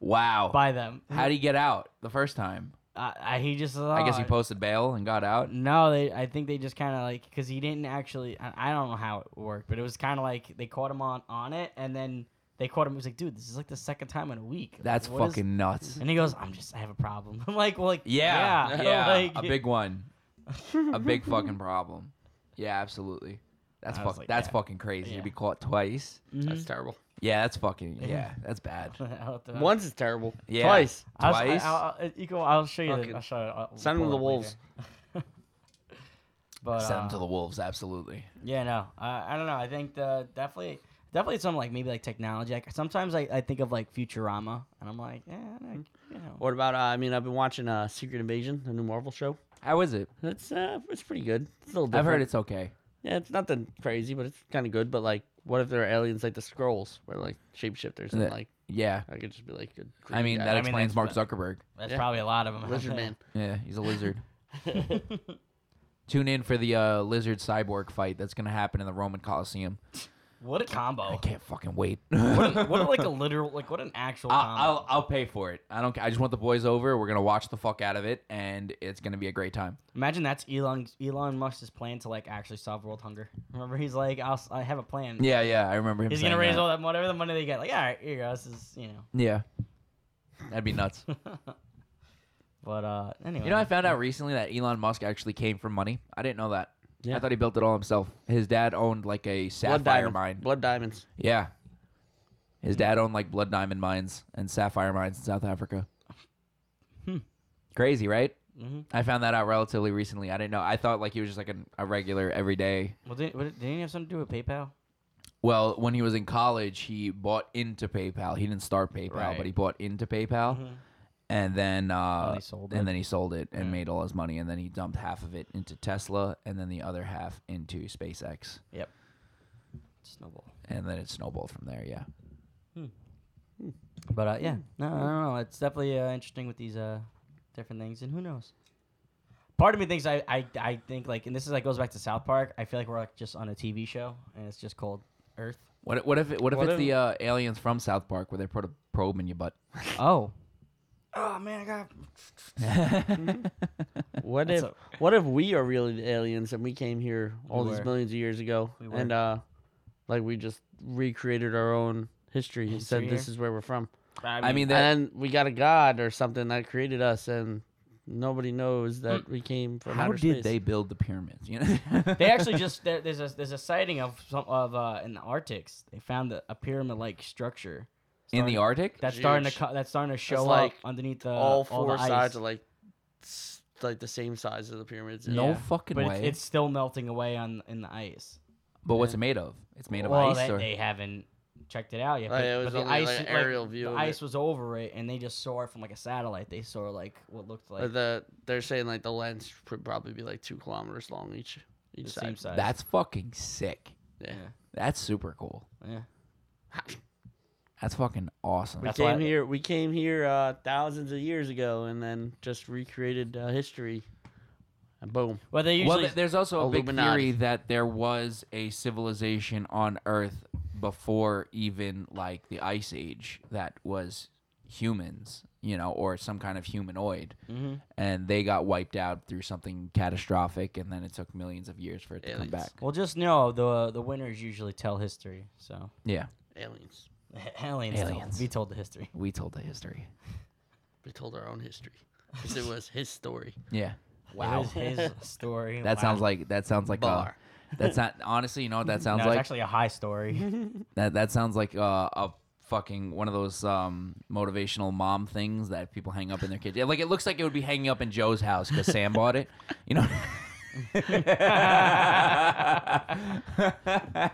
S3: wow.
S4: by them.
S3: How'd he get out the first time?
S4: I, I, he just uh,
S3: I guess he
S4: posted.
S3: posted bail and got out.
S4: No, they. I think they just kind of like because he didn't actually. I, I don't know how it worked, but it was kind of like they caught him on on it, and then they caught him. He was like, "Dude, this is like the second time in a week." Like,
S3: That's
S4: what is-"
S3: fucking nuts.
S4: And he goes, "I'm just. I have a problem." I'm like, "Well, like,
S3: Yeah. Yeah.
S4: yeah, like,
S3: a big one. a big fucking problem. Yeah, absolutely. That's
S4: I was
S3: fuck,
S4: like,
S3: that's
S4: yeah.
S3: fucking crazy
S4: Yeah.
S3: to be caught twice.
S4: Mm.
S1: That's terrible.
S3: Yeah, that's fucking yeah, that's bad.
S4: What the-
S1: Once is terrible.
S3: Yeah.
S1: Twice.
S4: I was-
S3: Twice?
S4: I, I'll, I'll, you go- I'll show you.
S1: Fucking-
S4: The, I'll show you. I'll
S1: Send him
S4: pull
S1: to the
S4: it up
S1: wolves.
S4: later. but
S3: Send them
S4: uh,
S3: to the wolves, absolutely.
S4: Yeah, no, I, I don't know. I think the definitely, definitely something like maybe like technology. Like sometimes I, I think of like Futurama, and I'm like, yeah, you know,
S1: What about? Uh, I mean, I've been watching uh, Secret Invasion, the new Marvel show.
S3: How is it?
S1: It's uh, it's pretty good. It's a little
S3: I've
S1: different.
S3: heard it's okay.
S1: Yeah, it's nothing crazy, but it's kind of good. But like, what if there are aliens like the scrolls, where like shapeshifters and
S3: Yeah.
S1: like
S3: Yeah.
S1: I could just be like a.
S3: I mean, that
S4: mean,
S3: explains
S4: that's
S3: Mark
S4: fun.
S3: Zuckerberg.
S4: that's
S1: yeah.
S4: probably a lot of them.
S1: lizard man.
S3: Yeah, he's a lizard. Tune in for the uh, lizard cyborg fight that's going to happen in the Roman Coliseum.
S4: What a combo!
S3: can't fucking wait.
S4: What, a, what a, like a literal like what an actual combo.
S3: I'll, I'll I'll pay for it. I don't. ca- I just want the boys over. We're gonna watch the fuck out of it, and it's gonna be a great time.
S4: Imagine that's Elon Elon Musk's plan to like actually solve world hunger. Remember, he's like, I'll, si have a plan.
S3: Yeah, yeah. I remember him.
S4: He's gonna
S3: saying
S4: raise
S3: that.
S4: all that whatever the money they get. Like, all right, here you go. This is you
S3: Yeah, that'd be nuts.
S4: know. but uh, anyway,
S3: You know, I found out recently that Elon Musk actually came from money. I didn't know that.
S1: Yeah.
S3: I thought he built it all himself. His dad owned like a
S1: Blood
S3: sapphire
S1: diamonds.
S3: mine.
S1: Blood diamonds.
S3: Yeah. His dad owned like blood diamond mines and sapphire mines in South Africa.
S4: Hmm.
S3: Crazy, right?
S4: hmm
S3: I found that out relatively recently. I didn't know. I thought like he was just like an, a regular everyday.
S4: Well, did, what, didn't he have something to do with PayPal?
S3: Well, when he was in college, he bought into PayPal. He didn't start PayPal,
S4: Right.
S3: but he bought into PayPal,
S4: Mhm.
S3: and then uh,
S4: he sold
S3: and
S4: it.
S3: then he sold it and
S4: Yeah.
S3: made all his money, and then he dumped half of it into Tesla, and then the other half into SpaceX,
S4: Snowball.
S3: and then it snowballed from there. Yeah,
S4: But uh, yeah, no, I don't know. It's definitely uh, interesting with these uh, different things, and who knows. Part of me thinks I, I, I think like, and this is like goes back to South Park. I feel like we're like just on a TV show, and it's just called Earth.
S3: what what if it, what if
S1: What
S3: it's
S1: if-
S3: the uh, aliens from South Park where they put a probe in your butt?
S4: Oh. Oh man, I got
S1: What
S4: That's
S1: if what if we are really the aliens and we came here all
S4: We
S1: these
S4: were.
S1: millions of years ago
S4: We were.
S1: and uh like we just recreated our own history and said
S4: History
S1: this
S4: here.
S1: is where we're from.
S3: I mean, that,
S1: and we got a god or something that created us and nobody knows
S4: Mm.
S1: that we came from
S3: how
S1: outer
S3: did
S1: space.
S3: they build the pyramids? You know,
S4: they actually just there, there's a there's a sighting of some of uh in the Arctic. They found a, a pyramid like structure
S3: in the
S4: starting-
S3: Arctic.
S4: that's starting to
S1: Huge.
S4: co- that's starting to show
S1: like
S4: up underneath
S3: uh,
S4: the
S1: all
S4: the
S1: four
S4: ice.
S1: sides are like s- like the same size of the pyramids.
S3: no
S4: yeah.
S3: fucking
S4: but
S3: way.
S4: it's, it's still melting away on in the ice.
S3: but what's
S1: yeah.
S3: it made of? It's made of
S4: well,
S3: ice.
S4: they,
S3: or?
S4: they haven't checked it out yet.
S1: Like,
S4: But,
S1: it was
S4: but the
S1: only
S4: ice
S1: like
S4: like,
S1: an aerial view
S4: the
S1: of
S4: ice
S1: it.
S4: was over it, and they just saw it from like a satellite. They saw like what looked
S1: But
S4: like
S1: the they're saying like the lens would probably be like two kilometers long each each
S4: the same
S1: side.
S4: size.
S3: That's fucking sick.
S1: Yeah.
S3: That's super cool.
S4: yeah.
S3: That's fucking awesome.
S1: We
S4: That's
S1: came
S4: why-
S1: here. We came here uh, thousands of years ago, and then just recreated uh, history. And boom.
S4: Well, they
S3: well,
S4: usually
S3: th- there's also a big
S1: Illuminati.
S3: theory that there was a civilization on Earth before even like the Ice Age that was humans, you know, or some kind of humanoid,
S4: Mhm.
S3: and they got wiped out through something catastrophic, and then it took millions of years for it to
S1: Aliens.
S3: come back.
S4: well, just know the the winners usually tell history. So
S3: Yeah,
S1: Aliens.
S4: aliens,
S3: Aliens.
S4: Told, we told the history.
S3: we told the history.
S1: We told our own history. 'Cause it was his story.
S3: Yeah.
S4: It
S3: Wow.
S4: was his story.
S3: That
S4: Wow.
S3: sounds like that sounds like a,
S1: Bar.
S3: that's not honestly, you know what that sounds
S4: no,
S3: like?
S4: it's actually a high story.
S3: That that sounds like uh, a fucking one of those um, motivational mom things that people hang up in their kids. Yeah, like it looks like it would be hanging up in Joe's house because Sam bought it. You know.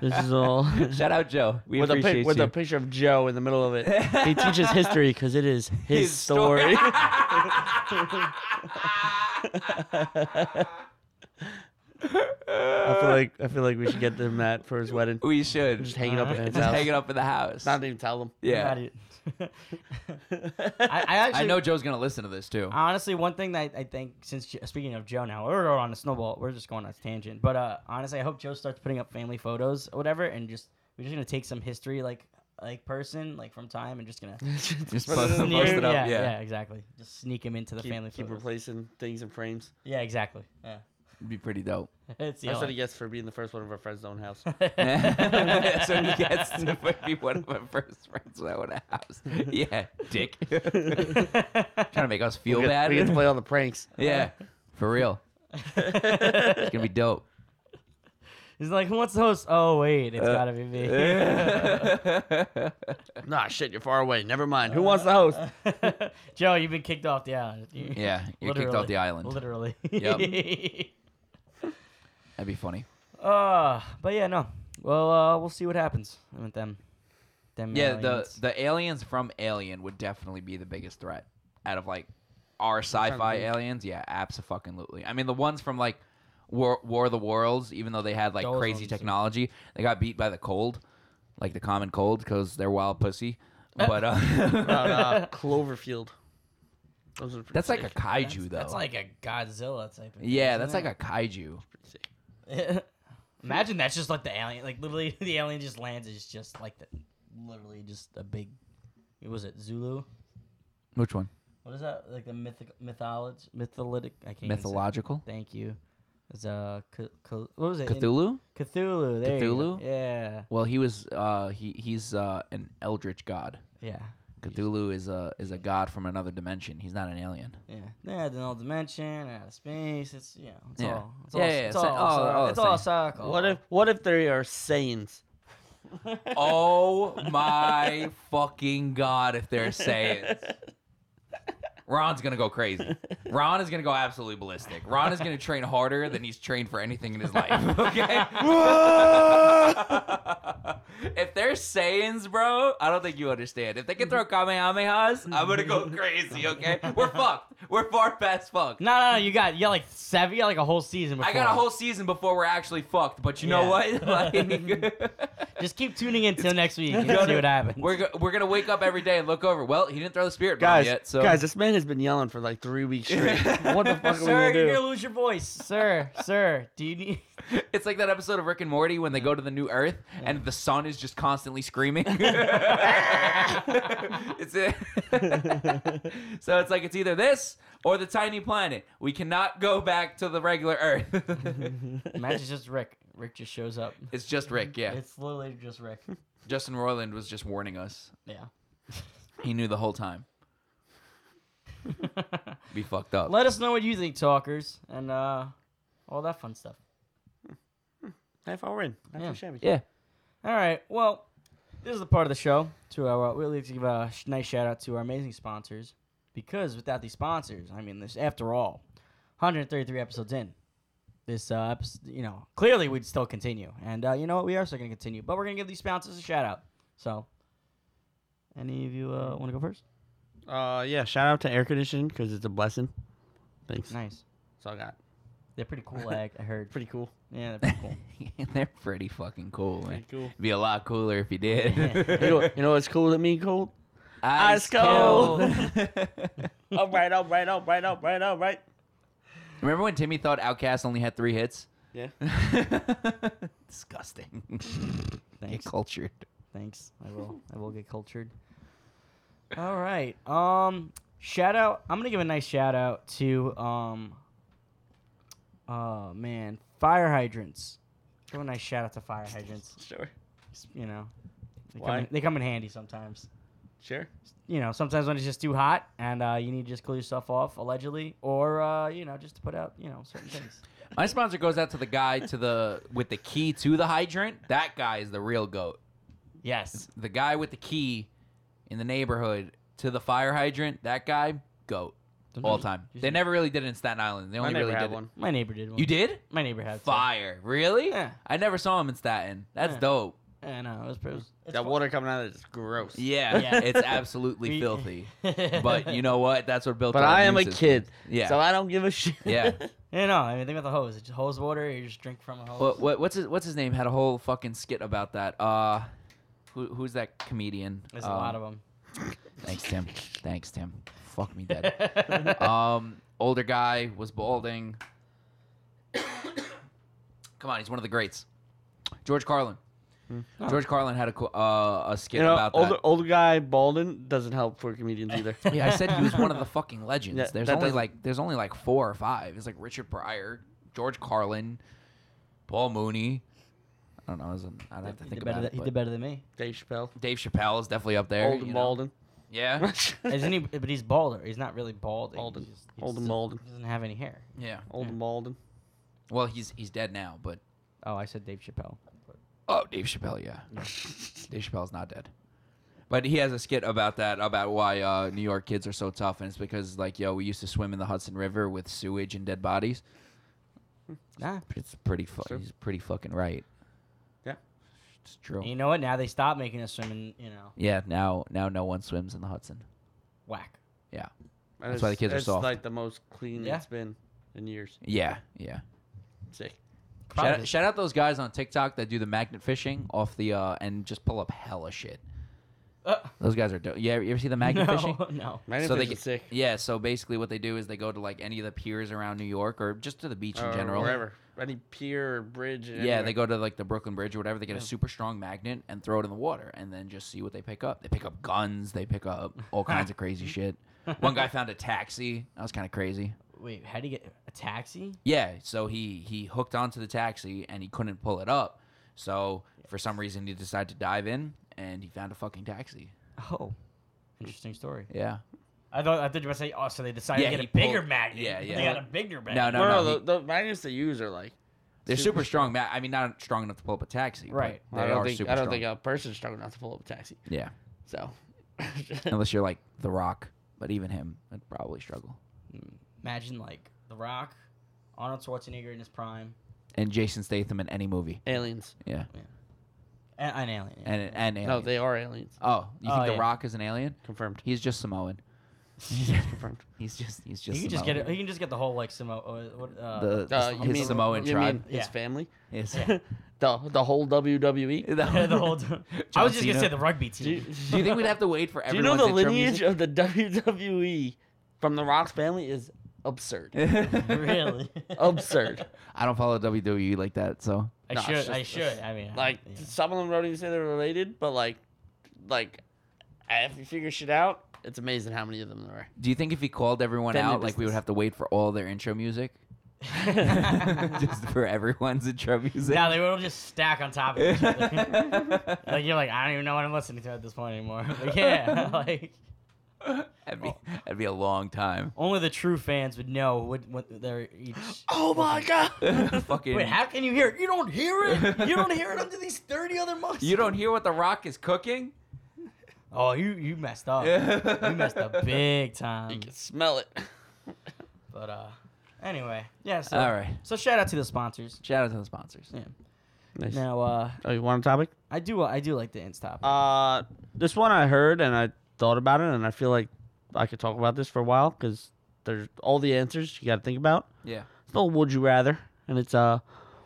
S1: This is all
S3: Shout out Joe. We
S1: with a
S3: appreciate
S1: pic- with
S3: you.
S1: a picture of Joe in the middle of it. He teaches history because it is his,
S3: His
S1: story.
S3: story.
S1: I feel like I feel like we should get him that for his wedding.
S3: we should
S1: Uh, Just hang it up in his
S3: Just
S1: house.
S3: hang it up in the house.
S1: Not even tell him.
S3: yeah.
S4: I, I actually
S3: I know Joe's gonna listen to this too.
S4: Honestly, one thing that I think, since Jo- speaking of Joe now, we're on a snowball. We're just going on a tangent. But uh, honestly, I hope Joe starts putting up family photos or whatever, and just we're just gonna take some history, like like person, like from time, and just gonna
S3: Just
S1: Put it
S3: post,
S1: in the
S3: post
S1: air.
S3: it up. Yeah.
S4: exactly. Just sneak him into the family
S1: Keep, keep
S4: photos.
S1: replacing things in frames.
S4: yeah, exactly. Yeah,
S3: It'd be pretty dope.
S4: it's the
S1: That's what
S4: only-
S1: he gets for being the first one of our friends' own house.
S3: That's what he gets to be one of my first friends when I went to house. Yeah, dick. Trying to make us feel
S1: we get,
S3: bad.
S1: we get to play all the pranks.
S3: yeah, for real. It's gonna be dope.
S4: He's like, who wants to host? Oh wait,
S3: Uh,
S4: it's gotta be me.
S1: Nah, shit, you're far away. Never mind. Who wants the host?
S4: Joe, you've been kicked off the island. You-
S3: yeah, you're kicked off
S4: literally,
S3: the island.
S4: Literally.
S3: That'd be funny.
S4: Uh, but yeah, no. Well, uh, we'll see what happens with them. Them. uh,
S3: Yeah, the
S4: aliens.
S3: the aliens from Alien would definitely be the biggest threat out of like our
S1: trying to
S3: sci-fi
S1: think.
S3: aliens. Yeah, absolutely. I mean, the ones from like War War of the Worlds, even though they had like
S4: Those
S3: crazy
S4: ones, yeah.
S3: technology, they got beat by the cold, like the common cold, because they're wild pussy.
S1: About,
S3: But uh,
S1: uh, Cloverfield. Those are pretty
S3: that's like a
S1: sick.
S3: kaiju,
S4: that's,
S3: though.
S4: That's like a Godzilla type. Of
S3: yeah, that's like a kaiju.
S1: Pretty sick.
S4: a. Imagine imagine that's just like the alien. Like literally, the alien just lands. It's just like the, literally just a big. What was it Zulu?
S3: Which one?
S4: What is that? Like the mythic mythology, mytholitic. I can't. even say it.
S3: Mythological?
S4: Thank you. It's uh, C- what was it? In-
S3: Cthulhu?
S4: Cthulhu. There you go.
S3: Cthulhu?
S4: Yeah.
S3: Well, he was uh he he's uh an eldritch god.
S4: Yeah.
S3: Cthulhu is a is a god from another dimension. He's not an alien.
S4: Yeah, yeah, the old dimension, out of space. It's you know, it's
S3: Yeah.
S4: all, it's
S3: Yeah,
S4: all,
S3: yeah,
S4: it's
S3: sa-
S4: all,
S3: oh,
S4: cir-
S3: oh,
S4: it's all
S3: same.
S4: circle.
S1: What if what if they are Saiyans?
S3: Oh my fucking god! If they're saying Ron's gonna go crazy. Ron is gonna go absolutely ballistic. Ron is gonna train harder than he's trained for anything in his life. Okay. if they're sayings, bro, I don't think you understand. If they can throw kamehamehas, I'm gonna go crazy. Okay, we're fucked. We're far past fucked.
S4: No, no, no. You got you got like seven. You got like a whole season. Before.
S3: I got a whole season before we're actually fucked. But you know
S4: Yeah.
S3: what? Like-
S4: Just keep tuning in till next week and see what happens.
S3: We're, go- we're gonna wake up every day and look over. Well, he didn't throw the spirit bomb
S1: Guys,
S3: yet, so
S1: guys, this man has been yelling for like three weeks straight. what the fuck are we gonna
S4: sir, you're
S1: do?
S4: gonna lose your voice, sir, sir. Do you need?
S3: it's like that episode of Rick and Morty when they go to the new Earth and the sun is just constantly screaming. it's it. so it's like it's either this or the tiny planet. We cannot go back to the regular Earth.
S4: Imagine just Rick. Rick just shows up.
S3: it's just Rick. Yeah,
S4: It's literally just Rick.
S3: Justin Roiland was just warning us.
S4: Yeah.
S3: He knew the whole time. Be fucked up.
S4: Let us know what you think, talkers, and uh, all that fun stuff.
S1: Half hour in. Half
S4: Yeah.
S1: hour shabby.
S3: yeah.
S4: All right. Well, this is the part of the show to our. Uh, we like to give a sh- nice shout out to our amazing sponsors because without these sponsors, I mean, this after all, 133 episodes in, this uh, episode, you know, clearly we'd still continue, and uh, you know what, we are still gonna continue, but we're gonna give these sponsors a shout out. So, any of you uh, want to go first?
S1: Uh, yeah. Shout out to air conditioning because it's a blessing. Thanks. That's
S4: Nice.
S1: all I got.
S4: They're pretty cool. I, I heard.
S1: Pretty cool.
S4: Yeah, they're pretty cool.
S3: They're pretty fucking cool, man.
S1: Pretty cool.
S3: Be a lot cooler if you did.
S1: You know, you know what's cool to me, Cold? Ice All right, all right, all right, all right, all right.
S3: Remember when Timmy thought Outcast only had three hits?
S1: Yeah. Mm-hmm.
S3: Disgusting. Get
S4: Thanks.
S3: cultured.
S4: Thanks. I will. I will get cultured. All right. Um, shout out. I'm gonna give a nice shout out to um. Oh man, fire hydrants. Give a nice shout out to fire hydrants.
S1: Sure.
S4: You know, they come,
S1: Why?
S4: in, they come in handy sometimes.
S1: Sure.
S4: You know, sometimes when it's just too hot and uh, you need to just cool yourself off, allegedly, or uh, you know, just to put out you know certain things.
S3: My sponsor goes out to the guy to the with the key to the hydrant. That guy is the real goat.
S4: Yes.
S3: The guy with the key in the neighborhood to the fire hydrant. That guy, goat, all time. They never really did it in Staten Island. They
S1: I
S3: only
S1: never
S3: really
S1: had
S3: did
S1: one.
S4: My neighbor did one.
S3: It. You did?
S4: My neighbor had some.
S3: Fire. Really?
S4: Yeah.
S3: I never saw him in Staten. That's
S4: Yeah.
S3: dope.
S4: Yeah, no, it was. It was it's
S1: That
S4: fu-
S1: water coming out of it is gross.
S3: Yeah,
S4: Yeah.
S3: it's absolutely
S4: We-
S3: filthy. But you know what? That's what built.
S1: But
S3: our
S1: I am a
S3: immune system.
S1: kid,
S3: Yeah.
S1: so I don't give a shit.
S3: Yeah.
S4: Yeah, no, I mean, think about the hose. It's hose water. You just drink from a hose.
S3: what, what, what's his What's his name? Had a whole fucking skit about that. Uh, who, who's that comedian? Um,
S4: There's a lot of them.
S3: Thanks, Tim. Thanks, Tim. Fuck me dead. um, older guy was balding. Come on, he's one of the greats. George Carlin.
S4: Oh.
S3: George Carlin had a co- uh, a skit
S1: Hmm. You know,
S3: about
S1: older
S3: that.
S1: older guy balding doesn't help for comedians either.
S3: Yeah, I said he was one of the fucking legends.
S1: Yeah,
S3: there's
S1: that
S3: only
S1: doesn't-
S3: like there's only like four or five. It's like Richard Pryor, George Carlin, Paul Mooney. I don't know. I was- I'd have to
S4: he,
S3: think
S4: did
S3: about
S4: better
S3: it.
S4: than, he
S3: but
S4: did better than me.
S1: Dave Chappelle,
S3: Dave Chappelle is definitely up there.
S1: old
S3: you
S1: and
S3: know?
S1: balding.
S3: Yeah,
S4: Isn't he? But he's balder. He's not really bald.
S1: Balding.
S4: He just- he
S1: Old and
S4: just-
S1: balding.
S4: He doesn't have any hair.
S3: yeah.
S1: old and balding.
S3: Well, he's he's dead now, but
S4: Oh, I said Dave Chappelle.
S3: oh, Dave Chappelle, yeah. Dave Chappelle's not dead, but he has a skit about that about why uh, New York kids are so tough, and it's because like yo, we used to swim in the Hudson River with sewage and dead bodies.
S4: Nah.
S3: It's pretty fu-
S1: Sure.
S3: He's pretty fucking right.
S1: Yeah.
S3: it's true.
S4: And you know what? Now they stop making us swim in, you know,
S3: Yeah, now now no one swims in the Hudson.
S4: whack.
S3: Yeah.
S1: And
S3: That's why the
S1: it's-
S3: kids are
S1: it's
S3: soft.
S1: like the most clean
S4: Yeah.
S1: it's been in years.
S3: Yeah, yeah.
S1: Sick.
S3: Shout
S4: Probably.
S3: out, shout out those guys on TikTok that do the magnet fishing off the uh and just pull up hella shit.
S4: Uh,
S3: Those guys are dope. Yeah, you ever see the maggot fishing?
S4: no, no.
S1: Magnet
S3: so they
S1: fish is
S3: get-
S1: sick.
S3: Yeah, so basically what they do is they go to like any of the piers around New York or just to the beach in
S1: Or
S3: general.
S1: Oh, wherever. Any pier or bridge.
S3: Yeah, they go to like the Brooklyn Bridge or whatever. They get a super strong magnet and throw it in the water, and then just see what they pick up. They pick up guns. They pick up all kinds of crazy shit. One guy found a taxi. That was kind of crazy.
S4: Wait, how do you get a taxi?
S3: Yeah, so he he hooked onto the taxi and he couldn't pull it up. So for some reason he decided to dive in and he found a fucking taxi.
S4: Oh, interesting story.
S3: Yeah.
S4: I thought I thought you were about to say. Oh, so they decided
S3: Yeah,
S4: to
S3: he
S4: get a bigger
S3: pulled-
S4: magnet.
S3: yeah,
S4: They
S3: yeah.
S4: got a bigger
S3: No,
S4: magnet.
S3: no,
S1: No, no,
S3: no. he-
S1: the, the magnets they use are like.
S3: they're super strong. ma- I mean, not strong enough to pull up a taxi. but
S4: Right.
S3: They
S1: I don't
S3: are
S1: think
S3: super
S1: I don't
S3: strong.
S1: think a person's strong enough to pull up a taxi.
S3: Yeah.
S1: So.
S3: Unless you're like The Rock, but even him, would probably struggle.
S4: Imagine like The Rock, Arnold Schwarzenegger in his prime,
S3: And Jason Statham in any movie.
S1: aliens.
S3: Yeah.
S4: and an alien. yeah.
S3: And and aliens.
S1: No, they are aliens.
S3: Oh, you think
S4: Oh,
S3: The
S4: yeah.
S3: Rock is an alien?
S1: Confirmed.
S3: He's just Samoan.
S1: Confirmed.
S3: He's just he's just.
S4: He can just get
S3: Samoan.
S4: it. He can just get the whole like Samoa. What, uh,
S3: The,
S1: Uh,
S3: his
S1: you mean
S3: Samoan
S1: you
S3: tribe.
S1: Mean his
S4: Yeah.
S1: family.
S3: Yes.
S4: Yeah.
S1: The the whole E? WWE. Do
S4: yeah, the whole. I was just
S3: Cena.
S4: gonna say the rugby
S1: you,
S4: team.
S3: Do you think we'd have to wait for
S1: do you
S3: everyone?
S1: know the lineage of the WWE from the Rock's family is absurd.
S4: really?
S1: absurd.
S3: I don't follow WWE like that, so
S4: I
S1: Nah, it's
S4: should.
S1: just-
S4: I
S1: it's-
S4: should. I mean, I-
S1: Like
S4: yeah.
S1: some of them don't even say they're related, but like, like if you figure shit out, it's amazing how many of them there are.
S3: do you think if he called everyone
S1: Family
S3: out, like we would
S1: business.
S3: have to wait for all their intro music? just for everyone's intro music.
S4: Now they will just stack on top of each other. like you're like, I don't even know what I'm listening to at this point anymore. Like, yeah, like Oh.
S3: that'd, be, that'd be a long time.
S4: only the true fans would know what, what they're each.
S1: Oh my god!
S3: Fucking.
S4: Wait, how can you hear it? You don't hear it. You don't hear it under these thirty other months.
S3: you don't hear what The Rock is cooking?
S4: Oh, you you messed up. you messed up big
S1: you
S4: time.
S1: can smell it.
S4: But uh, anyway, yeah. So,
S3: All right.
S4: So shout out to the sponsors.
S3: Shout out to the sponsors.
S4: Now, uh,
S1: Oh, you want a topic?
S4: I do I do like the end stop.
S1: Uh, this one I heard and I thought about it, and I feel like I could talk about this for a while because there's all the answers you got to think about.
S3: Yeah.
S1: It's the would you rather, and it's uh,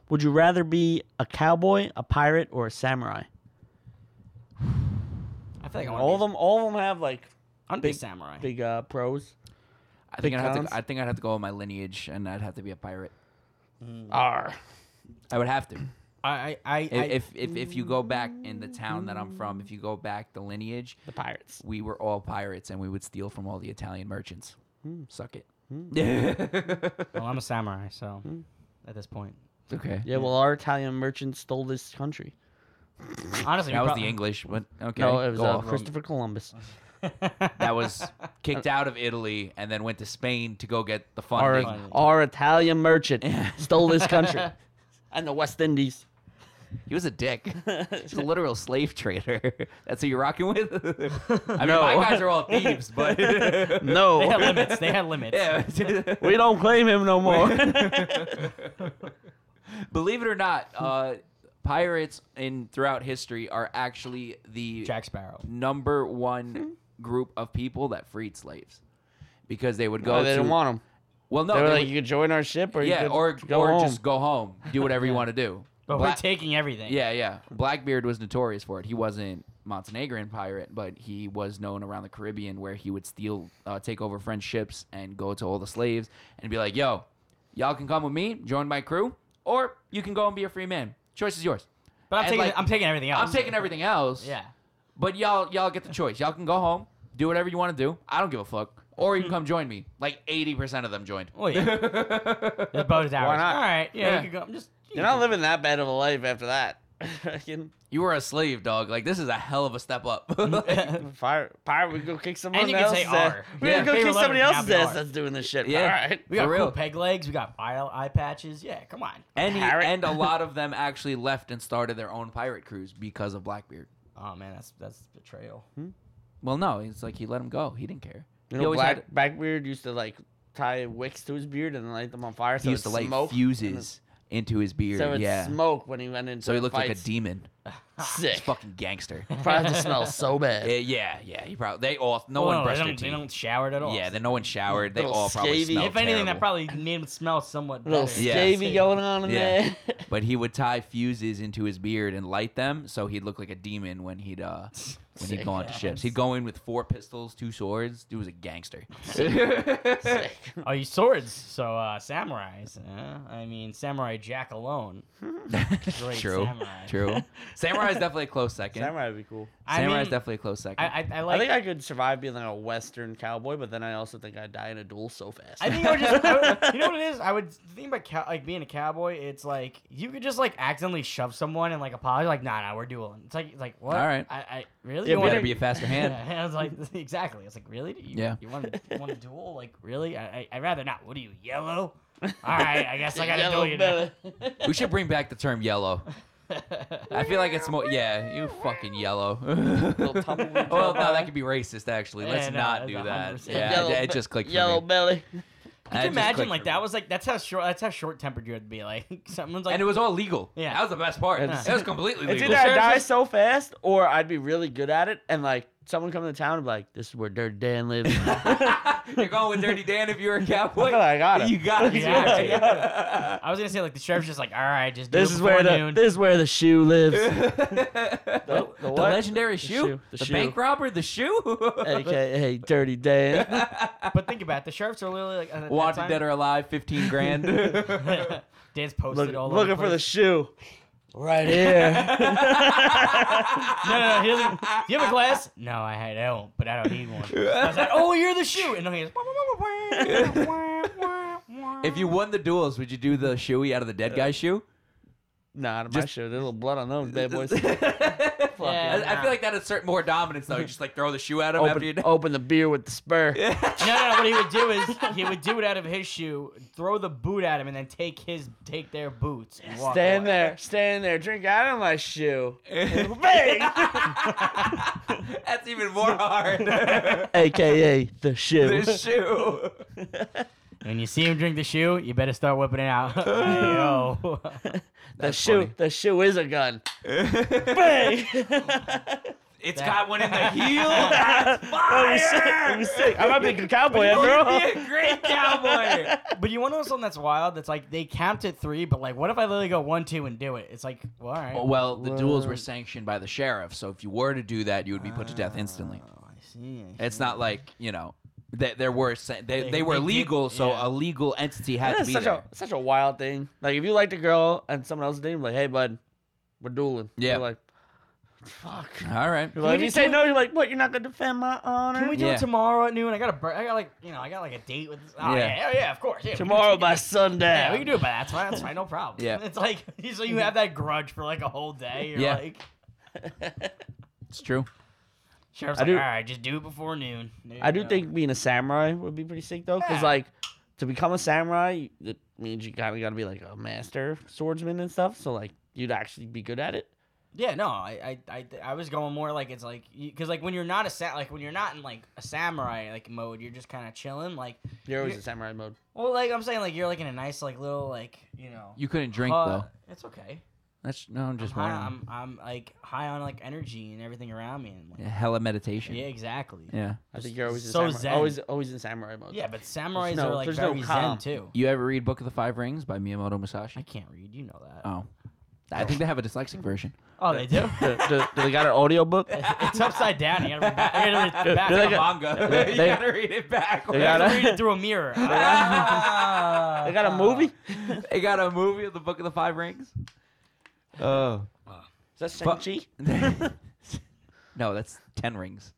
S1: would you rather be a cowboy, a pirate, or a samurai?
S4: I feel like I want
S1: All of them, all of them have like
S4: I'm big
S1: big-
S4: samurai.
S1: big uh pros.
S3: I think I'd have
S1: Cons?
S3: to. I think I'd have to go with my lineage, and I'd have to be a pirate.
S1: Are
S3: I would have to.
S4: I I I,
S3: I- If if if you go back in the town that I'm from, if you go back the lineage,
S1: the pirates?
S3: we were all pirates, and we would steal from all the Italian merchants.
S4: Hmm.
S3: Suck it.
S4: well, I'm a samurai, so
S3: Hmm.
S4: at this point,
S3: okay.
S1: Yeah, well, our Italian merchant stole this country.
S4: honestly, we
S3: That was
S4: prob-
S3: the English, but okay.
S1: No, it was
S3: go
S1: uh,
S3: off.
S1: Christopher Columbus.
S3: that was kicked out of Italy and then went to Spain to go get the
S1: Our,
S3: funding.
S1: our Italian merchant stole this country and the West Indies.
S3: He was a dick. He's a literal slave trader. That's who you're rocking with. I mean,
S1: No.
S3: my guys are all thieves, but
S4: They had
S1: No,
S4: limits. They had limits.
S3: yeah.
S1: we don't claim him no more.
S3: Believe it or not, uh, pirates in throughout history are actually the
S4: Jack Sparrow.
S3: number
S1: Hmm?
S3: one group of people that freed slaves because they would go.
S1: oh, they
S3: to,
S1: didn't want him.
S3: Well, no,
S1: they were
S3: they
S1: like,
S3: would-
S1: you could join our ship or
S3: yeah,
S1: you could
S3: or
S1: go
S3: or
S1: home.
S3: just go home, do whatever you want to do.
S4: But
S3: Black-
S4: we're taking everything.
S3: yeah, yeah. Blackbeard was notorious for it. He wasn't Montenegrin pirate, but he was known around the Caribbean where he would steal, uh, take over French ships and go to all the slaves and be like, "Yo, y'all can come with me, join my crew, or you can go and be a free man. Choice is yours.
S4: But I'm
S3: And,
S4: taking
S3: like,
S4: I'm taking everything else.
S3: I'm taking everything else.
S4: Yeah.
S3: But y'all, y'all get the choice. Y'all can go home, do whatever you want to do. I don't give a fuck. Or you can come join me. Like eighty percent of them joined.
S4: Oh yeah. the boat is ours.
S1: not?
S4: All right. Yeah.
S3: Yeah.
S4: You can go. I'm just.
S1: You're not living that bad of a life after that. Fucking
S3: You were a slave, dog. Like this is a hell of a step up. Like,
S1: Fire, pirate, we go kick someone
S4: you can
S1: else's
S4: say
S1: ass.
S4: R.
S1: We
S3: Yeah,
S1: go
S4: favorite
S1: kick
S4: letter
S1: somebody
S4: would now
S1: else's
S4: be
S1: ass
S4: R.
S1: that's doing this shit.
S3: Yeah.
S1: All right.
S4: we got
S3: For
S4: cool
S3: real.
S4: peg legs. We got eye, eye patches. Yeah. Come on.
S3: and he-
S1: Parrot.
S3: and a lot of them actually left and started their own pirate crews because of Blackbeard.
S4: Oh man, that's that's betrayal.
S3: Well, no, it's like he let him go. He didn't care.
S1: You
S3: he
S1: know,
S3: always
S1: Black,
S3: had.
S1: Blackbeard used to like tie wicks to his beard and light them on fire. So
S3: He used to
S1: it'd
S3: light
S1: smoke, and
S3: fuses into his
S1: it-
S3: beard.
S1: So it's
S3: yeah.
S1: smoke when he went into
S3: So he looked like a
S1: fights.
S3: demon.
S1: Sick.
S3: Fucking gangster.
S1: Probably had to smell so
S3: Uh,
S1: bad.
S3: yeah, yeah. He probably they all no one
S4: Well,
S3: brushed
S4: Oh, they
S3: their
S4: don't, they
S3: teeth.
S4: don't shower it at all.
S3: Yeah, then no one showered. They
S1: Little
S3: all probably
S1: scaly.
S3: smelled
S4: if anything, that
S3: terrible.
S4: probably made them smell somewhat
S1: A little
S4: better.
S3: Yeah.
S1: scabby going on in
S3: Yeah.
S1: there.
S3: But he would tie fuses into his beard and light them, so he'd look like a demon when he'd uh, when
S1: Sick.
S3: he'd go into ships. He'd go in with four pistols, two swords. Dude was a gangster.
S1: Sick.
S4: Oh, you swords. So uh, samurais. Uh, I mean, Samurai Jack alone. Great
S3: True.
S4: samurai.
S3: True. Samurai is definitely a close second. Samurai,
S1: Samurai would be cool.
S4: I mean,
S3: is definitely a close second.
S4: I, I, I
S1: I
S4: like.
S1: think I could survive being like a Western cowboy, but then I also think I'd die in a duel so fast.
S4: I think I would just, I would- you know what it is? I would the thing about cow, like being a cowboy. It's like you could just like accidentally shove someone and like apologize, like nah, nah, we're dueling. It's like it's like what?
S3: All right.
S4: I, I really
S1: Yeah,
S4: You
S3: you
S1: but
S4: wanna-
S3: better be a faster hand.
S4: Yeah, I was like exactly. I was like really? You,
S3: Yeah.
S4: You want you want to duel? Like really? I, I I'd rather not. What are you yellow? All right, I guess I gotta duel you. now.
S3: We should bring back the term yellow. I feel like it's more. Yeah, you fucking yellow.
S1: tumbleweed
S3: well, no,
S1: cowboy.
S3: that could be racist. Actually,
S4: Yeah,
S3: let's
S4: no,
S3: not
S4: that's
S3: do
S4: a hundred
S3: that.
S4: percent.
S3: Yeah,
S1: Yellow
S3: it- it
S1: be-
S3: just clicked.
S1: Yellow
S3: for me.
S1: belly.
S4: Could
S3: That
S4: you
S3: just
S4: imagine
S3: clicked
S4: like
S3: for
S4: that
S3: me.
S4: was like that's how short that's how short tempered you had to be like someone's like
S3: and it was all legal.
S4: Yeah.
S3: Yeah, that was the best part.
S4: It's-
S3: That was completely
S1: It's
S3: legal.
S1: either I die so fast, or I'd be really good at it, and like someone come to town and be like, "This is where Dirty Dan lives."
S3: You're going with Dirty Dan if you're a
S1: I
S3: cowboy.
S1: feel like I got him.
S3: You got it.
S4: Yeah,
S3: You got
S4: I was gonna say like the sheriff's just like all right just do
S1: This
S4: it
S1: is where
S4: before
S1: the
S4: noon.
S1: this is where the shoe lives.
S3: it.
S1: The- the
S3: The
S1: what?
S3: legendary shoe,
S1: shoe, the
S3: the,
S1: shoe.
S3: bank robber, the shoe.
S1: AKA Dirty Dan.
S4: but think about it, the sheriffs are literally like at that
S3: Wanted
S4: time-
S3: dead or alive, fifteen grand.
S4: Dan's posted
S1: Look-
S4: all over
S1: looking for the
S4: place.
S1: shoe. Right here.
S4: no, no, no. He doesn't. Do you have a glass? No, I had. I don't. But I don't need one. I was like, oh, you're the shoe. And then he goes.
S3: if you won the duels, would you do the shoey out of the dead guy's shoe?
S1: nah, not my
S3: Just-
S1: shoe. There's a little blood on those bad boys.
S3: I, I
S4: nah.
S3: feel like that assert more dominance though. You just like throw the shoe at him after you.
S1: open, open the beer with the spur.
S4: No, no, no. What he would do is he would do it out of his shoe, throw the boot at him, and then take his, take their boots and walk.
S1: Stand
S4: away.
S1: there, stand there, drink out of my shoe. Bang!
S3: That's even more hard.
S1: AKA the shoe.
S3: the shoe.
S4: When you see him drink the shoe, you better start whipping it out. Hey, yo.
S1: The
S3: That's
S1: shoe,
S3: funny.
S1: the shoe is a gun.
S3: Bang!
S1: Bang!
S3: It's got one in the heel. That's
S1: Oh, you sick.
S3: fire.
S1: You sick. I might be a good cowboy after all.
S3: You'd be a great cowboy.
S4: but you want to know something that's wild? That's like they camped at three, but like, what if I literally go one, two, and do it? It's like, well, all right.
S3: Well, the duels were
S1: Word.
S3: sanctioned by the sheriff, so if you were to do that, you would be put to death instantly.
S4: Oh, I see. I
S3: It's
S4: see.
S3: not like you know that there were sa- they,
S4: They-
S3: they, were
S4: they did-
S3: legal, so
S4: yeah.
S3: a legal entity had to
S1: That's
S3: be
S1: such
S3: there.
S1: a such a wild thing. Like if you like the girl and someone else did, you're like, hey bud, we're dueling.
S3: Yeah.
S1: You're like, fuck.
S3: All right.
S1: You're like,
S4: we
S1: if you
S4: just-
S1: say
S4: can we-
S1: no, you're like, what? You're not gonna defend my honor.
S4: Can we do
S3: Yeah.
S4: it tomorrow at noon? I got a, bur- I got like, you know, I got like a date with. Oh yeah,
S3: Yeah.
S4: yeah, oh, yeah of course. Yeah, we can-
S1: tomorrow
S4: we can-
S1: by sundown?
S4: Yeah, we can do it by that. That's fine. That's fine. No problem.
S3: Yeah.
S4: It's like so you have that grudge for like a whole day. You're
S3: Yeah.
S4: like,
S3: It's true.
S4: sheriff's
S1: I
S4: like,
S1: do-
S4: all right, just do it before noon. There
S1: I
S4: you
S1: do
S4: go.
S1: think being a samurai would be pretty sick though, because
S4: Yeah.
S1: like to become a samurai, it means you kind of got to be like a master swordsman and stuff. So like you'd actually be good at it.
S4: Yeah, no, I, I, I, I was going more like it's like because like when you're not a sa- like when you're not in like a samurai like mode, you're just kind of chilling. Like,
S1: You're always
S4: Yeah.
S1: in samurai mode.
S4: well, like I'm saying, like you're like in a nice like little like you know.
S3: You couldn't drink
S4: uh,
S3: though.
S4: It's okay.
S3: That's no. I'm
S4: Just
S3: just
S4: I'm, high,
S3: warning.
S4: I'm I'm like high on like energy and everything around me. And, like,
S3: Yeah, hella meditation.
S4: Yeah, exactly. Yeah,
S3: Yeah.
S1: I think you're always in
S4: So
S1: samurai,
S4: zen.
S1: always always in samurai mode.
S4: but samurais
S1: no-
S4: are like
S1: there's no
S4: very zen
S1: calm.
S4: too.
S3: You ever read Book of the Five Rings by Miyamoto
S4: I
S3: Musashi?
S4: can't read, you know that.
S3: Oh. I think they have a dyslexic version.
S4: oh, they do.
S1: do, do, do they got an audio book?
S4: it's upside down. You gotta read back. You gotta read, back.
S1: They're like a-
S3: manga.
S1: they- they-
S3: read it back.
S1: they
S4: You have
S1: got
S4: to read it through a mirror. Ah. they
S1: They got a movie.
S3: They got a movie of the Book of the Five Rings.
S4: Uh,
S3: Oh.
S1: Is that Shang Chi?
S3: no, that's Ten Rings.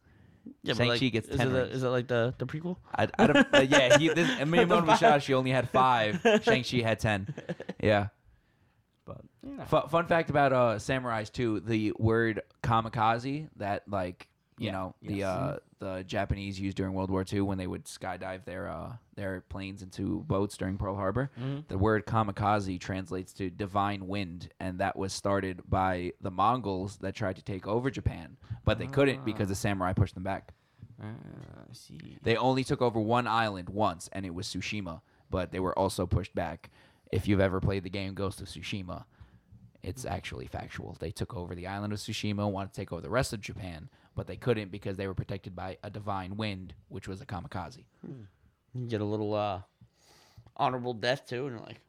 S1: Yeah, but,
S3: Shang-Chi gets
S1: is
S3: 10
S1: it, the-
S3: rings.
S1: is it like the, the prequel?
S3: I, I don't, uh, yeah, he, this, Miyamoto
S1: five.
S3: Musashi only had five. Shang Chi had ten. Yeah.
S4: But you know.
S3: Fun, fun fact about uh, samurais too: the word kamikaze that like you
S4: Yeah,
S3: know the
S4: yes.
S3: uh, the Japanese used during World War II when they would skydive their uh, their planes into boats during Pearl Harbor.
S4: Mm-hmm.
S3: The word kamikaze translates to divine wind, and that was started by the Mongols that tried to take over Japan, but they couldn't because the samurai pushed them back.
S4: Ah, I see.
S3: They only took over one island once, and it was Tsushima, but they were also pushed back. If you've ever played the game Ghost of Tsushima, it's actually factual. They took over the island of Tsushima, wanted to take over the rest of Japan, but they couldn't because they were protected by a divine wind, which was a kamikaze.
S1: You get a little uh, honorable death too, and you're like,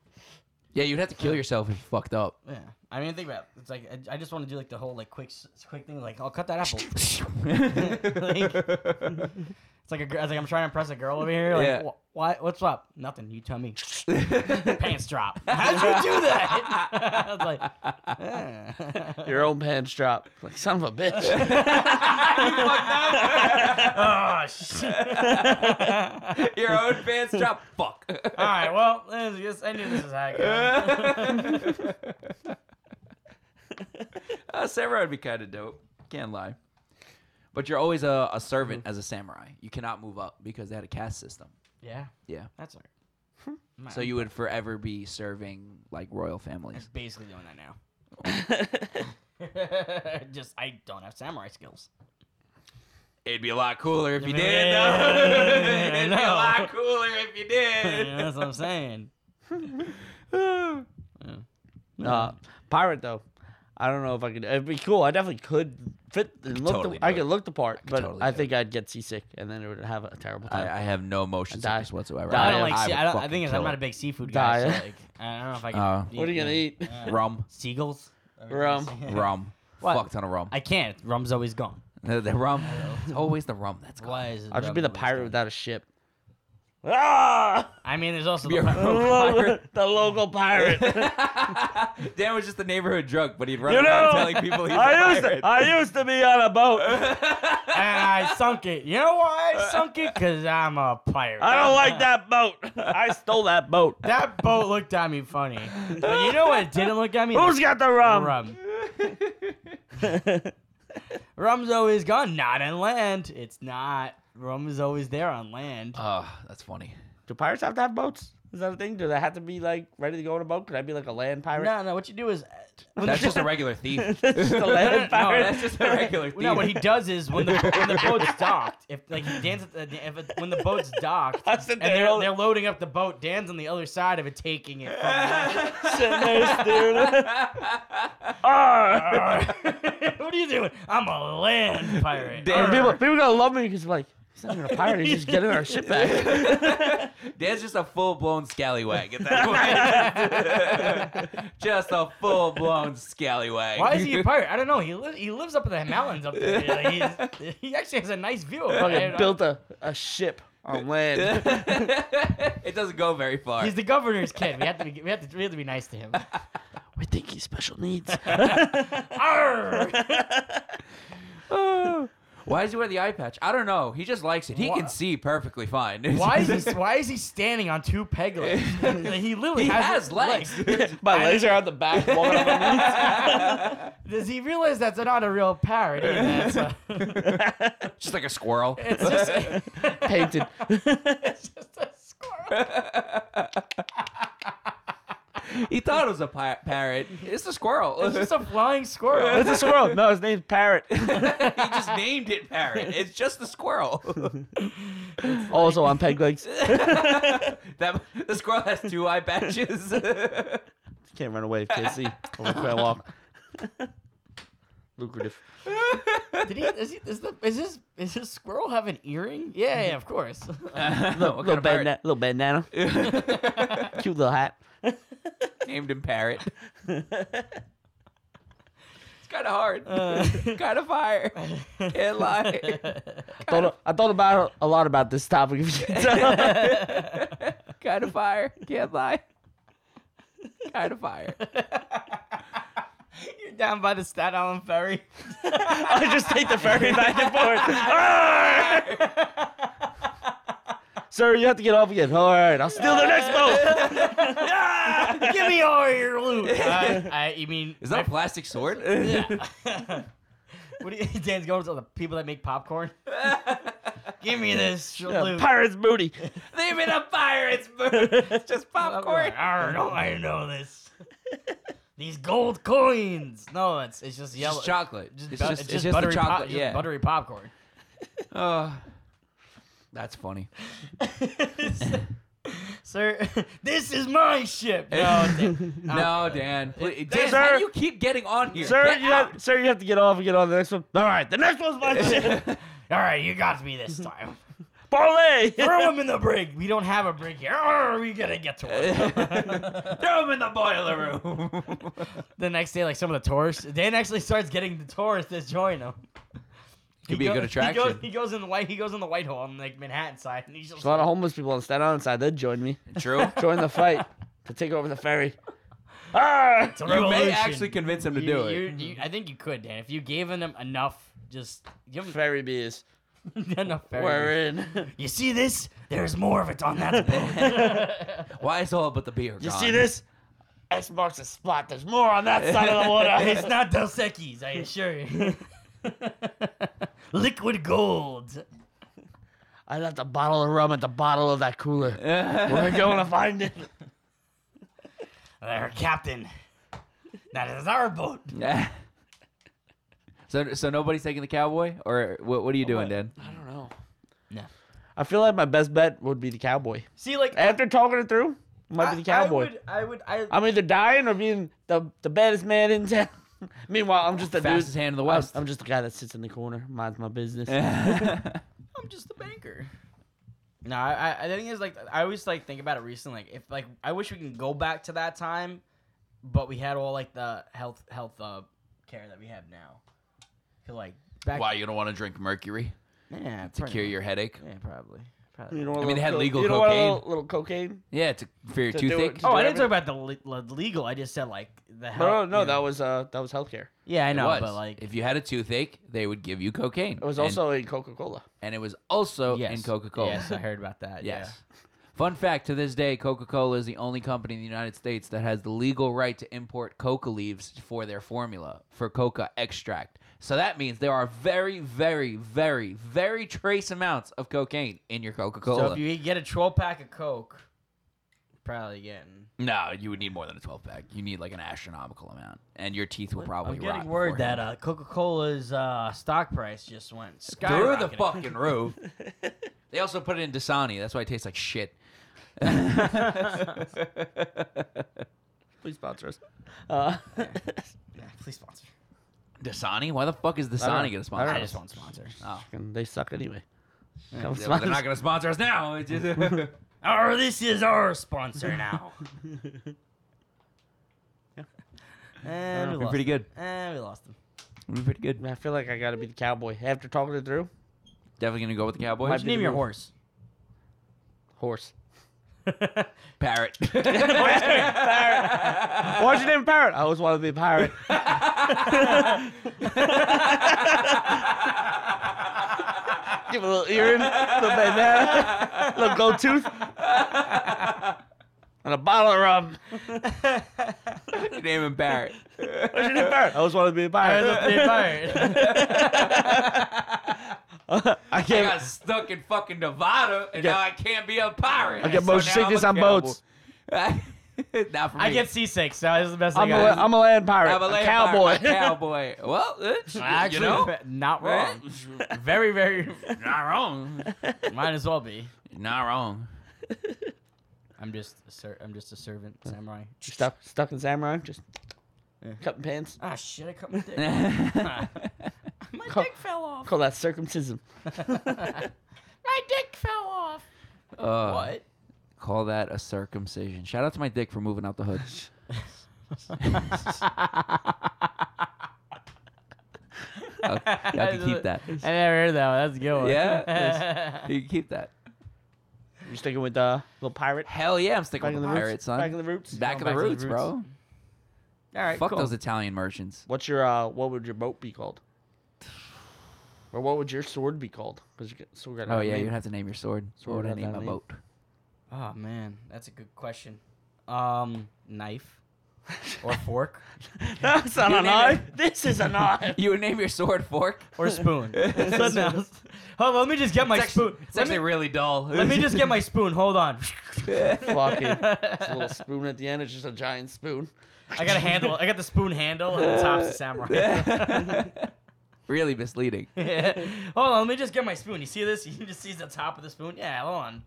S3: Yeah, you'd have to kill yourself if you fucked up.
S4: Yeah, I mean, think about it. it's like I, I just want to do like the whole like quick, s- quick thing. Like I'll cut that apple. Like- it's like a, gr- it's like I'm trying to impress a girl over here. Like,
S3: Yeah.
S4: "Wh- why- What's up? Nothing. You tell me. Pants drop. How'd you do that? I was like, eh.
S1: Your own pants drop. Like son of a bitch.
S4: oh shit.
S3: Your own fans drop. Fuck.
S4: All right. Well, this is- this- I knew this was how it goes.
S3: Uh, samurai would be kind of dope. Can't lie. But you're always a, a servant as a samurai. You cannot move up because they had a caste system.
S4: yeah.
S3: Yeah. Hmm.
S4: That's all right.
S3: So you would forever be serving like royal families.
S4: basically doing that now. Just I don't have samurai skills.
S3: It'd be a lot cooler if you
S4: Yeah,
S3: did.
S4: yeah,
S3: though.
S4: yeah,
S3: It'd be a
S4: no.
S3: lot cooler if you
S4: That's
S3: did.
S4: what I'm saying.
S1: uh, pirate though. I don't know if I could. It'd be cool. I definitely could fit and look.
S3: totally
S1: the,
S3: do
S1: I
S3: it.
S1: could look the part,
S3: could
S1: but
S3: totally
S1: I
S3: do
S1: think I'd get seasick, and then it would have a terrible
S3: I,
S1: time.
S3: I have no motion
S1: Die.
S3: sickness whatsoever.
S1: Die.
S4: I
S1: I
S4: don't
S1: am-
S4: like.
S3: I
S4: sea-
S3: would
S4: I, don't, I
S3: fucking
S4: think is
S3: kill
S4: I'm not
S3: it.
S4: a big seafood guy. so,
S1: Die.
S4: like, I don't know if I can.
S3: Uh,
S1: what are you gonna eat?
S4: uh,
S3: rum,
S4: Seagulls.
S1: Rum.
S3: rum,
S4: What?
S3: fuck ton of rum.
S4: I can't. Rum's always gone.
S3: the, the rum, it's always the rum that's gone.
S4: Why is it
S1: I'll just be
S4: rum
S1: the
S4: always
S1: pirate
S4: gone?
S1: without a ship. Ah!
S4: I mean, there's also
S3: Be
S4: the
S3: a
S1: The
S4: pirate.
S3: rum.
S1: local,
S3: pirate.
S1: Ah! the local pirate.
S3: Dan was just the neighborhood drunk, but he'd run
S1: You
S3: around
S1: know,
S3: telling people he's a
S1: I used
S3: pirate.
S1: to, I used to be on a boat.
S4: and I sunk it. You know why I sunk it? Cause I'm a pirate.
S1: I don't like that boat. I stole that boat.
S4: That boat looked at me funny. But you know what? It didn't look at me.
S1: Who's got the rum?
S4: rum? Rum's always gone. Not on land. It's not. Rum is always there on land.
S3: Oh, that's funny.
S1: Do pirates have to have boats? Is that a thing? Do they have to be like ready to go on a boat? Could I be like a land pirate?
S4: No, no. What you do is uh,
S3: That's just a regular thief.
S1: That's just a land
S4: No,
S1: pirate.
S3: that's just a regular thief.
S4: no. What he does is when the when the boat's docked, if like he Dan's at the, if it, when the boat's docked,
S1: I sit
S4: and
S1: there
S4: they're
S1: all-
S4: they're loading up the boat, Dan's on the other side of it, taking it. From
S1: Sitting there staring. Arr!
S4: the- what are you doing? I'm a land pirate.
S1: And
S3: Dan-
S1: people, people gonna love me because like he's not even a pirate. He's just getting our shit back.
S3: Dan's just a full blown scallywag at that point. just a full blown scallywag.
S4: Why is he a pirate? I don't know. He li- he lives up in the mountains up there. Like, he's, he actually has a nice view. Of it. I don't
S1: Fucking
S4: know.
S1: built a, a ship on land.
S3: it doesn't go very far.
S4: He's the governor's kid. We have to be, we have to we have to be nice to him.
S1: we think he's special needs.
S4: Arr!
S3: Why does he wear the eye patch? I don't know. He just likes it. He
S4: Why-
S3: can see perfectly fine.
S4: Why is he why is he standing on two peg legs? he literally
S3: He
S4: has,
S3: has legs.
S1: My legs are on the back. Walking on my knees.
S4: Does he realize that's not a real parrot? either? That's a-
S3: just like a squirrel.
S4: it's just
S1: Painted.
S4: it's just a squirrel.
S3: he thought it was a pi- parrot. It's a squirrel.
S4: It's just a flying squirrel.
S1: It's a squirrel. No, his name's Parrot.
S3: he just named it parrot. It's just a squirrel.
S1: also on peg legs.
S3: that the squirrel has two eye patches.
S1: Can't run away, KC. Only can't walk. Lucrative.
S4: Did he, is, he, is, the, is this is this squirrel have an earring? Yeah, yeah, of course.
S3: no,
S1: little, bandana, little bandana. Cute little hat.
S3: named him parrot. it's kind of hard. kind of fire. Can't lie.
S1: Thought, I thought about a lot about this topic. If you can tell.
S3: kind of fire. Can't lie. Kind of fire.
S4: You're down by the Staten Island ferry.
S1: I just take the ferry back and forth. Arr! Sir, you have to get off again. All right, I'll steal the next boat.
S4: Give me all your loot. Uh, I, you mean
S3: Is that a plastic sword?
S4: what? Do you, Dan's going to the people that make popcorn. Give me this
S1: Yeah,
S4: loot.
S1: pirate's booty.
S3: Leave it a pirate's boot. It's just popcorn.
S4: Arr, no, I know this. These gold coins. No, it's it's just yellow.
S3: Just chocolate.
S4: Just,
S3: it's,
S4: bu-
S3: just,
S4: it's
S3: it's
S4: just
S3: just the
S4: buttery pop-
S3: chocolate.
S4: just
S3: yeah.
S4: buttery popcorn.
S3: Oh, that's funny.
S4: Sir, this is my ship. No, Dan.
S3: No, Dan. Please, Dan,
S1: Sir-
S3: how do you keep getting on here?
S1: Sir,
S3: Get
S1: you have, sir, you have to get off and get on the next one. All right, the next one's my shit.
S4: all right, you got me this time.
S1: Parlay.
S4: Throw him in the brig. We don't have a brig here. Arr, we gotta get to it.
S3: Throw him in the boiler room.
S4: the next day, like some of the tourists, Dan actually starts getting the tourists to join him.
S3: Could be a
S4: He
S3: good
S4: goes,
S3: attraction.
S4: he goes in the white. He goes in the Whitehall on like Manhattan side, and he's just
S1: There's a lot of homeless people on Staten Island side. They'd join me.
S3: True.
S1: Join the fight to take over the ferry. Ah!
S4: It's a
S3: You may
S4: revolution. Mm-hmm.
S3: actually convince him to
S4: You-
S3: do it.
S4: you- you- I think you could, Dan, if you gave them enough. Just give them
S1: Ferry beers.
S4: enough.
S1: We're
S4: Word.
S1: in.
S4: You see this? There's more of it on that boat.
S3: Why is all but the beer?
S1: You
S3: gone?
S1: see this? X marks the spot. There's more on that side of the water.
S4: it's not Dos Equis, I assure you. Liquid gold.
S1: I left a bottle of rum at the bottom of that cooler. We're going to find it.
S4: Our captain. That is our boat.
S3: so, so nobody's taking the cowboy, or what? What are you doing, Dan?
S1: I don't know.
S4: No.
S1: I feel like my best bet would be the cowboy.
S4: See, like
S1: After talking it through, it might
S4: I,
S1: be the cowboy.
S4: I would. I would. I,
S1: I'm either dying or being the, the baddest man in town. Meanwhile, I'm just a dude.
S3: Fastest hand in the
S1: I'm,
S3: west.
S1: I'm just the guy that sits in the corner, minds my business.
S4: I'm just the banker. No, I, I- I think it's like I always like think about it recently. Like if like I wish we can go back to that time, but we had all like the health health uh, care that we have now. Feel like back.
S3: Why you don't want to drink mercury
S4: Yeah,
S3: to
S4: pretty
S3: cure
S4: much.
S3: your headache?
S4: Yeah, probably. Probably.
S1: You know,
S3: I mean, they had legal
S1: you know what, a
S3: cocaine.
S1: Little, little cocaine.
S3: Yeah, to, for your
S1: To do it-
S3: toothache.
S1: to
S4: Oh,
S1: do
S4: I didn't
S1: everything.
S4: talk about the le- le- legal. I just said like the
S1: No,
S4: health.
S1: no, no,
S4: you
S1: that
S4: know.
S1: was uh, that was healthcare.
S4: yeah, I
S3: It
S4: know,
S3: was.
S4: but like
S3: if you had a toothache, they would give you cocaine.
S1: It was
S3: And-
S1: also in Coca Cola.
S3: and, it was also
S4: yes.
S3: in Coca Cola.
S4: Yes, I heard about that.
S3: Yes. Fun fact to this day, Coca Cola is the only company in the United States that has the legal right to import coca leaves for their formula, for coca extract. So that means there are very, very, very, very trace amounts of cocaine in your Coca
S4: Yeah.
S3: Cola.
S4: So if you get a 12 pack of Coke, you're probably getting.
S3: no, you would need more than a 12 pack. You need like an astronomical amount. And your teeth will probably
S4: I'm getting
S3: rot
S4: word that
S3: beforehand.
S4: uh, Coca Cola's uh, stock price just went
S3: Through
S4: skyrocketing.
S3: the fucking roof. they also put it in Dasani. That's why it tastes like shit.
S1: Please sponsor us. Uh,
S4: Yeah, please sponsor.
S3: Dasani? Why the fuck is
S1: know.
S3: Dasani going to
S1: I
S3: sponsor
S1: don't
S4: I
S1: know.
S3: us?
S4: just want sponsors.
S3: Oh.
S1: they suck anyway. Come
S3: Yeah, well,
S1: sponsor
S3: they're
S1: us.
S3: not going to sponsor us now. It's just-
S4: Our, Oh, this is our sponsor now. and we
S3: We're
S4: lost. Pretty
S3: pretty good.
S4: And we lost them.
S3: We're pretty good.
S1: I feel like I gotta be the cowboy. After talking it through,
S3: Definitely gonna go with the Cowboys.
S1: Might
S4: What'd
S1: be
S4: you name
S1: the
S4: your
S1: move.
S4: horse?
S1: horse.
S3: Parrot.
S1: Why'd you name it parrot? I always wanted to be a pirate. Give it a little earring, little bandana, little gold tooth, and a bottle of rum.
S3: you name him Parrot.
S1: Why'd you name it parrot? I always wanted to be a
S4: I
S1: pirate.
S4: looked at Byron.
S1: I
S3: I
S1: can't.
S3: got stuck in fucking Nevada, and
S1: Yeah.
S3: now I can't be a pirate.
S1: I get motion sickness on boats.
S3: boats. Not for me.
S4: I get seasick, so this is the best
S1: I'm
S4: thing
S1: a,
S4: I got.
S1: I'm a land pirate.
S3: I'm a land
S1: cowboy.
S3: pirate, a cowboy. Well, it's,
S4: Actually,
S3: you know,
S4: fa- not
S3: Right?
S4: wrong. very, very.
S3: not wrong.
S4: Might as well be.
S3: Not wrong.
S4: I'm just a ser- I'm just a servant samurai.
S1: stuck, stuck in samurai, just cutting pants.
S4: Ah shit! I cut my dick. my
S1: Co-
S4: dick fell off.
S1: Call that circumcision.
S4: my dick fell off.
S3: Uh,
S4: What?
S3: Call that a circumcision. Shout out to my dick for moving out the hood. I can keep that.
S4: I never heard that. One. That's a good one.
S3: Yeah, You can keep that.
S1: You're sticking with the little pirate.
S3: Hell yeah, I'm sticking
S1: Back
S3: with
S1: in
S3: the
S1: the
S3: pirate,
S1: roots.
S3: son.
S1: Back in the roots.
S3: Back of the
S4: Going back to the
S3: roots, bro.
S4: All right.
S3: Fuck
S4: cool.
S3: those Italian merchants.
S1: What's your uh? What would your boat be called? Or what would your sword be called? Because you get- sword got
S3: Oh
S1: another
S3: yeah,
S1: name.
S3: you'd have to name your sword.
S1: Sword
S3: what would I
S1: had
S3: name
S1: that
S3: my
S1: name.
S3: boat?
S4: Oh man, that's a good question. Um, knife or fork
S1: That's not
S3: You
S1: a
S3: name
S1: knife. This is a knife.
S3: You would name your sword fork.
S4: or spoon. Something else. Hold on, let me just get my
S3: It's actually,
S4: spoon.
S3: it's
S4: Let
S3: actually
S4: me,
S3: really dull.
S4: let me just get my spoon. Hold on.
S1: Fucking. It's a little spoon at the end. It's just a giant spoon.
S4: I got a handle. I got the spoon handle and the top's the samurai.
S3: really misleading.
S4: Hold on, let me just get my spoon. You see this? You just see the top of the spoon? Yeah, hold on.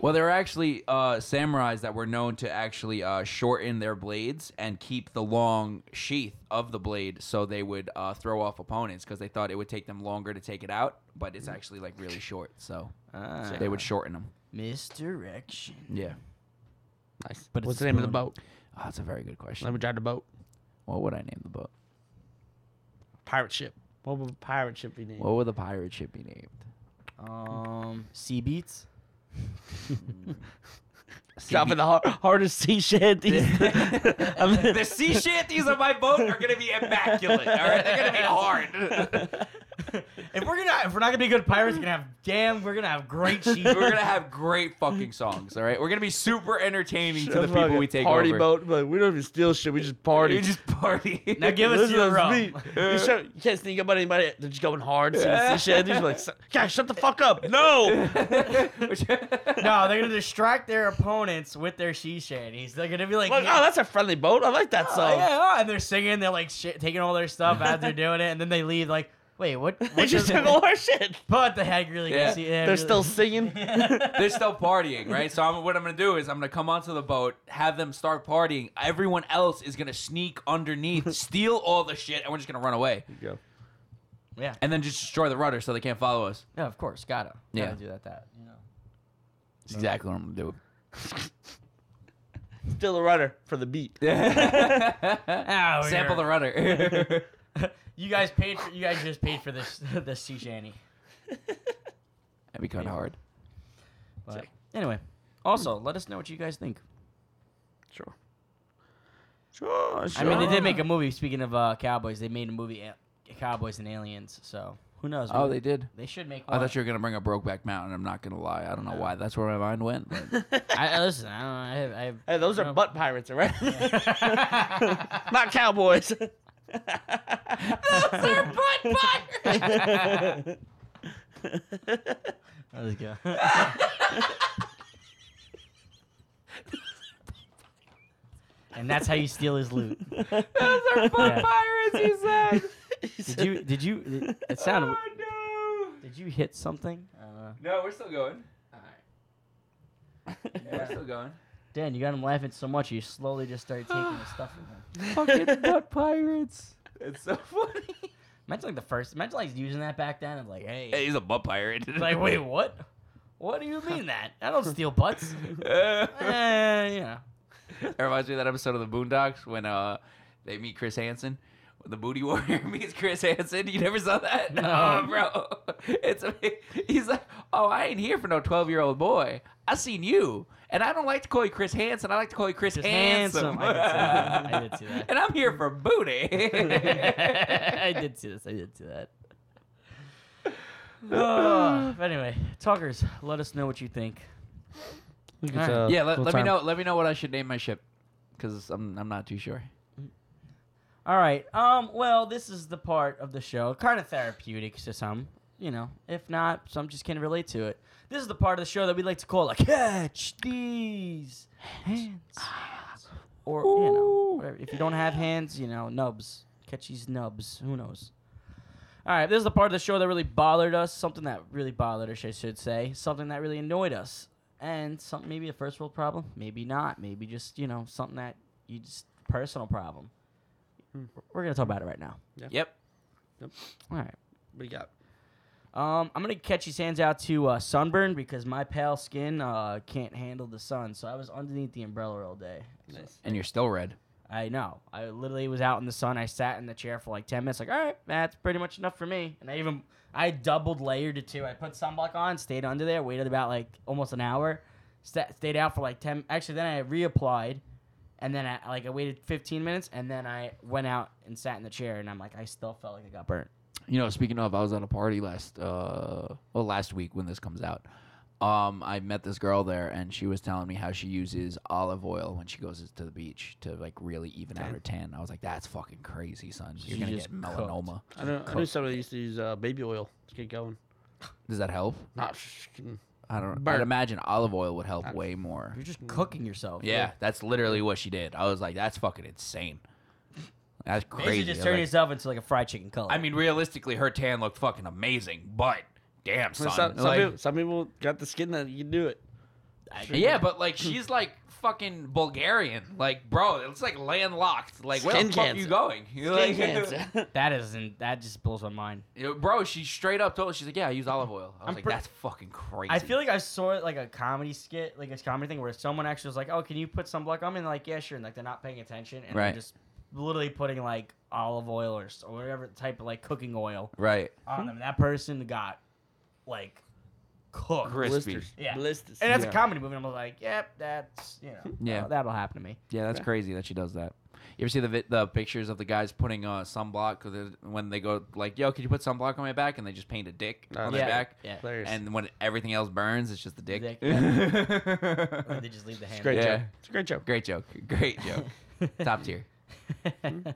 S3: Well, there were actually uh, samurais that were known to actually uh, shorten their blades and keep the long sheath of the blade, so they would uh, throw off opponents because they thought it would take them longer to take it out, but it's actually like really short, so
S4: Ah.
S3: they would shorten them.
S4: Misdirection.
S3: Yeah,
S1: Nice.
S4: But
S1: But what's
S4: it's
S1: the name of the
S4: spoon.
S1: boat?
S3: oh, that's a very good question.
S1: Let me drive the boat.
S3: What would I name the boat?
S1: Pirate ship. What would a pirate ship be named?
S3: What would the pirate ship be named?
S4: Um, sea beats.
S1: Dropping the hard, hardest sea shanties. I mean-
S3: the sea shanties on my boat are gonna be immaculate. All right, they're gonna be hard.
S4: If we're gonna, if we're not gonna be good pirates, we're gonna have damn, we're gonna have great sheep.
S3: We're gonna have great fucking songs. All right, we're gonna be super entertaining to the people
S1: Fucking
S3: we take
S1: party
S3: over.
S1: boat. Like, we don't even steal shit. We just party.
S3: You just party.
S4: now give us
S1: Listen
S4: your
S1: to
S4: rum.
S1: me. You, show, you can't sneak up on anybody. They're just going hard. See the sea shanties. Like, guys, shut the fuck up. No.
S3: Which-
S4: No, they're gonna distract their opponents with their she shanties. They're gonna be like,
S1: Like,
S4: yeah,
S1: oh, that's a friendly boat. I like that
S4: oh,
S1: song.
S4: yeah, oh," and they're singing. They're like shit, taking all their stuff as they're doing it, and then they leave. Like, wait, what? what
S1: They just
S4: does-
S1: took all our shit.
S4: But the heck really
S3: Yeah.
S4: can see
S1: They're still singing.
S3: They're still partying, right? So I'm, what I'm gonna do is I'm gonna come onto the boat, have them start partying. Everyone else is gonna sneak underneath, steal all the shit, and we're just gonna run away,
S4: yeah,
S3: and then just destroy the rudder so they can't follow us.
S4: yeah, of course, gotta, gotta
S3: Yeah.
S4: do that. That you know,
S3: That's exactly what I'm gonna do.
S1: Still a runner for the beat.
S4: Ah, we're-
S3: Sample the rudder.
S4: you guys paid. For, you guys just paid for this this sea shanty.
S3: That'd be kind of hard.
S4: But anyway, also let us know what you guys think.
S1: Sure. Sure,
S4: I mean, they did make a movie. Speaking of uh, cowboys, they made a movie a- Cowboys and Aliens. So who knows?
S3: Oh, they did.
S4: They should make.
S3: I
S4: One.
S3: thought you were gonna bring up Brokeback Mountain. I'm not gonna lie. I don't know why. That's where my mind went. but-
S4: I, I- listen, I don't know. I have. I have
S1: Hey, those
S4: no-
S1: are butt pirates, all right? Not cowboys.
S4: Let's go. and that's how you steal his loot.
S3: Those are
S4: butt Yeah.
S3: pirates, you said.
S4: Did you? Did you? It, it sounded.
S3: Oh
S4: Did you hit something? I don't know.
S3: no! No, we're still going. We're still going.
S4: Dan, you got him laughing so much, you slowly just started taking the stuff from him.
S3: Fucking butt pirates. It's so funny.
S4: Imagine like the first. Imagine like using that back then and like, hey,
S3: he's a butt pirate.
S4: It's like, wait, what? What do you mean that? I don't steal butts. Eh, you know.
S3: It reminds me of that episode of the Boondocks when uh they meet Chris Hansen. When The Booty Warrior meets Chris Hansen. You never saw that?
S4: No.
S3: Oh, bro. It's he's like, oh, I ain't here for no twelve year old boy. I seen you, and I don't like to call you Chris Hansen. I like to call you Chris,
S4: Chris
S3: Handsome.
S4: Handsome. I did see that. I did see that.
S3: and I'm here for booty.
S4: I did see this. I did see that. Oh, but anyway, talkers, let us know what you think. uh,
S3: Yeah, let, let me know. Let me know what I should name my ship, because I'm I'm not too sure.
S4: All right. Um. Well, this is the part of the show, kind of therapeutic to some. You know, if not, some just can't relate to it. This is the part of the show that we like to call a catch these hands, Ah, or you know, whatever. if you don't have hands, you know, nubs. Catch these nubs. Who knows? All right, this is the part of the show that really bothered us. Something that really bothered us, I should say. Something that really annoyed us, and something maybe a first world problem, maybe not. Maybe just you know something that you just personal problem. We're gonna talk about it right now.
S3: Yep.
S4: All right.
S1: We got
S4: Um, I'm gonna catch these hands out to uh, sunburn because my pale skin uh, can't handle the sun, so I was underneath the umbrella all day. So-
S1: nice.
S3: And you're still red.
S4: I know. I literally was out in the sun. I sat in the chair for like ten minutes. Like, all right, that's pretty much enough for me. And I even I doubled layered it too. I put sunblock on, stayed under there, waited about like almost an hour, sta stayed out for like ten. Actually, then I reapplied, and then I like I waited fifteen minutes, and then I went out and sat in the chair, and I'm like, I still felt like I got burnt.
S3: You know, speaking of, I was at a party last uh well last week when this comes out. Um, I met this girl there, and she was telling me how she uses olive oil when she goes to the beach to like really even out her tan. I was like, "That's fucking crazy, son. You're
S4: She
S3: gonna
S4: just
S3: get melanoma.
S1: I, know, I knew
S3: Coke.
S1: somebody used to use uh, baby oil to get going.
S3: Does that help?
S1: Not fucking-
S3: I don't. I'd
S1: Burn.
S3: imagine olive oil would help way more.
S4: You're just cooking yourself.
S3: Yeah, that's literally what she did. I was like, "That's fucking insane. That's
S4: Basically,
S3: crazy." I
S4: just
S3: was
S4: turn
S3: like-
S4: yourself into like a fried chicken color.
S3: I mean, realistically, her tan looked fucking amazing, but damn, son.
S1: Some, some,
S3: like,
S1: people, some people got the skin that you can do it.
S3: Yeah, but like she's like fucking Bulgarian. Like, bro, it's like landlocked. Like, where
S1: Skin
S3: the fuck are you
S1: cancer.
S3: going? You're
S1: Skin
S3: like-
S1: cancer.
S4: That isn't. That just blows my mind.
S3: Yeah, bro, she straight up told she's like, yeah, I use olive oil. I was
S4: I'm
S3: like,
S4: pre-
S3: that's fucking crazy.
S4: I feel like I saw like a comedy skit, like a comedy thing where someone actually was like, "Oh, can you put sunblock on?" me?" And like, yeah, sure. And like they're not paying attention, and
S3: Right.
S4: they're just literally putting like olive oil or, s- or whatever type of like cooking oil
S3: right.
S4: on them. That person got like cooked.
S3: Crispy.
S1: Blisters.
S4: Yeah.
S1: Blisters.
S4: And that's
S3: Yeah.
S4: a comedy movie. And I'm like, yep, Oh, that's you know, uh,
S3: Yeah.
S4: that'll- that'll happen to me.
S3: Yeah, that's crazy that she does that. You ever see the vi- the pictures of the guys putting uh, sunblock 'cause they're- when they go like, "Yo, could you put sunblock on my back?" and they just paint a dick
S1: Oh,
S3: on
S1: yeah.
S3: their back,
S4: Yeah.
S1: Hilarious.
S3: and when everything else burns, it's just the dick.
S4: Dick. Or they just leave
S1: it's
S4: the
S1: a
S4: hand.
S1: great
S3: Yeah.
S1: joke. It's a great joke.
S3: Great joke, great joke, top tier.
S4: oh,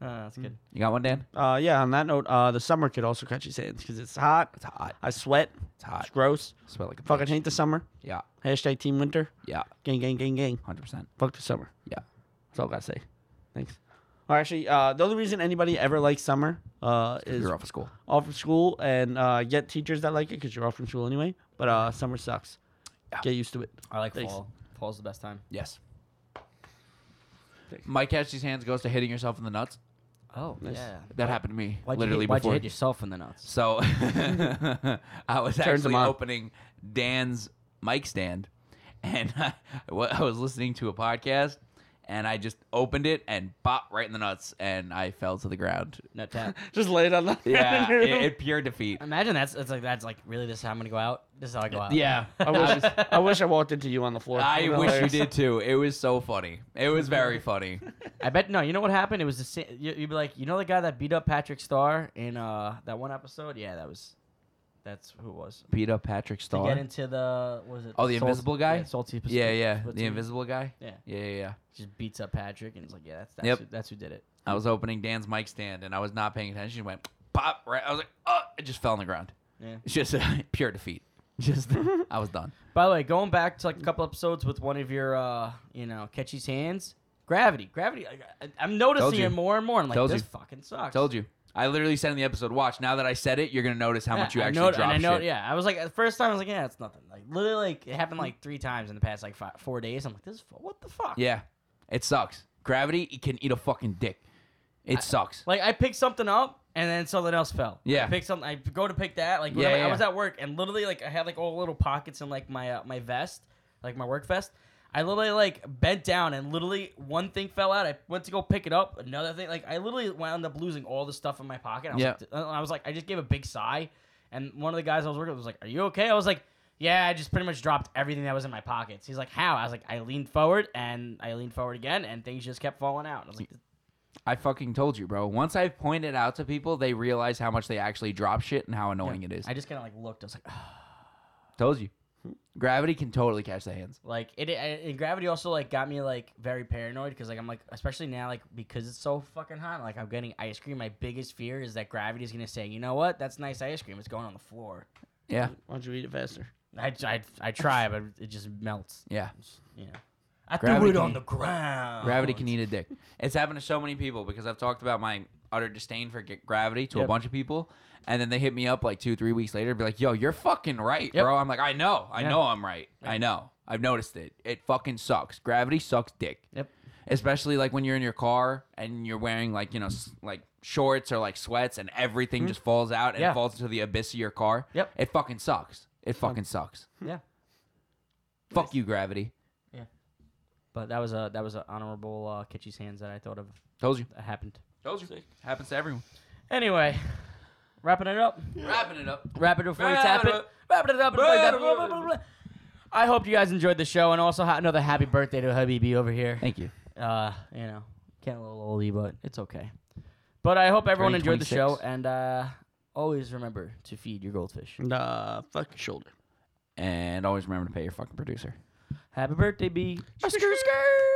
S4: that's good.
S3: You got one, Dan?
S1: Uh, yeah. On that note, uh, the summer could also catch his hands because it's hot. It's
S3: hot.
S1: I sweat.
S3: It's hot.
S1: It's gross.
S3: Sweat like a
S1: Fucking
S3: bitch.
S1: hate the summer.
S3: Yeah,
S1: Hashtag Team Winter.
S3: yeah,
S1: Gang, gang, gang, gang.
S3: hundred percent.
S1: Fuck the summer.
S3: Yeah.
S1: That's all I gotta say. Thanks. Or actually, uh, the only reason anybody ever likes summer uh, is
S3: You're off of school.
S1: off from school, and uh, get teachers that like it because you're off from school anyway. But uh, summer sucks.
S3: Yeah.
S1: Get used to it.
S4: I like
S1: Thanks.
S4: fall. Fall's the best time.
S3: Yes.
S1: Thanks.
S3: Mike catch these hands goes to hitting yourself in the nuts.
S4: Oh,
S1: Nice.
S4: yeah.
S3: That happened to me
S4: Why'd
S3: literally
S4: you hit, why'd you
S3: before.
S4: hit yourself in the nuts?
S3: So I was
S1: Turns them
S3: actually
S1: on.
S3: opening Dan's mic stand, and I, wa- I was listening to a podcast, and I just opened it and bop right in the nuts, and I fell to the ground.
S4: Nut tap.
S1: Just lay it on the
S3: Yeah, it, it pure defeat.
S4: Imagine that's it's like that's like really this is how I'm gonna go out. This is how I go out.
S3: Yeah,
S1: I wish I wish I walked into you on the floor.
S3: I
S1: Would've
S3: wish you
S1: hilarious.
S3: did too. It was so funny. It was very funny.
S4: I bet no. You know what happened? It was the same. You, you'd be like, you know, the guy that beat up Patrick Starr in uh that one episode. Yeah, that was. That's who it was.
S3: Beat up Patrick
S4: To get
S3: Star.
S4: into the what was it?
S3: Oh, the invisible guy?
S4: Yeah, salty.
S3: Yeah, yeah,
S4: Spitz-
S3: the invisible guy.
S4: Yeah,
S3: Yeah, yeah, yeah.
S4: just beats up Patrick and it's like, yeah, that's that's,
S3: Yep.
S4: who, that's who did it.
S3: I was opening Dan's mic stand, and I was not paying attention. It Went pop right. I was like, oh, it just fell on the ground.
S4: Yeah.
S3: It's just pure defeat. Just I was done.
S4: By the way, going back to like a couple episodes with one of your, uh, you know, catchy's hands, gravity, gravity. I, I, I'm
S3: Told
S4: noticing
S3: you.
S4: it more and more. I'm like,
S3: Told
S4: this
S3: you.
S4: fucking sucks.
S3: Told you. I literally said in the episode, watch. Now that I said it, you're gonna notice how
S4: Yeah,
S3: much you
S4: I
S3: actually
S4: know-
S3: drop
S4: and I know,
S3: shit.
S4: Yeah, I was like, at the first time, I was like, yeah, it's nothing. Like literally, like it happened like three times in the past like five, four days. I'm like, this is fu- what the fuck.
S3: Yeah. It sucks. Gravity it can eat a fucking dick. It sucks.
S4: Like I picked something up and then something else fell.
S3: Yeah.
S4: I picked something. I go to pick that. Like when
S3: Yeah,
S4: I-
S3: yeah,
S4: I was
S3: yeah.
S4: at work and literally like I had like all little pockets in like my uh, my vest, like my work vest. I literally like bent down and literally one thing fell out. I went to go pick it up. Another thing, like I literally wound up losing all the stuff in my pocket. I was,
S3: Yeah.
S4: like, and I was like, I just gave a big sigh, and one of the guys I was working with was like, "Are you okay?" I was like, "Yeah, I just pretty much dropped everything that was in my pockets." He's like, "How?" I was like, "I leaned forward and I leaned forward again, and things just kept falling out." I was like,
S3: I fucking told you, bro. Once I point it out to people, they realize how much they actually drop shit and how annoying it is.
S4: I just kind of like looked. I was like,
S3: told you. Gravity can totally catch the hands.
S4: like it, it and gravity also like got me like very paranoid because like i'm like especially now like because it's so fucking hot like i'm getting ice cream my biggest fear is that gravity is gonna say you know what that's nice ice cream it's going on the floor
S3: Yeah.
S1: Why don't you eat it faster?
S4: i, I, I try but it just melts
S3: Yeah.
S4: you know i
S3: Gravity
S4: threw it
S3: can- e
S4: on the ground
S3: Gravity can e eat a dick. It's happened to so many people because I've talked about my utter disdain for g- gravity to a
S4: Yep.
S3: bunch of people, and then they hit me up like two, three weeks later, and be like, "Yo, you're fucking right,
S4: Yep.
S3: bro." I'm like, "I know, I
S4: Yeah.
S3: know, I'm right. I know. I've noticed it. It fucking sucks. Gravity sucks dick."
S4: Yep.
S3: Especially like when you're in your car and you're wearing like you know s- like shorts or like sweats and everything just falls out and
S4: Hmm. Yeah.
S3: falls into the abyss of your car.
S4: Yep. Um,
S3: It fucking sucks. It fucking sucks.
S4: yeah
S3: Fuck you, gravity.
S4: but that was a that was an honorable uh kitschy's hands that i thought of
S3: Told you.
S4: that happened
S3: Told you. Happens to everyone.
S4: anyway wrapping it up
S3: Wrapping it up.
S4: Wrap it before we
S3: Wrap
S4: tap
S3: it
S4: it.
S3: up.
S4: Wrap it up before we tap it. Blah, blah, blah, blah. I hope you guys enjoyed the show and also ha- another happy birthday to Habibi over here.
S3: Thank you.
S4: Uh, you know, getting a little oldie, but it's okay. But I hope everyone
S3: Turning
S4: enjoyed the show
S3: 26.
S4: and uh, always remember to feed your goldfish.
S1: Nah, uh, fuck your shoulder.
S3: And always remember to pay your fucking producer.
S4: Happy birthday, B.
S1: Skr, skr.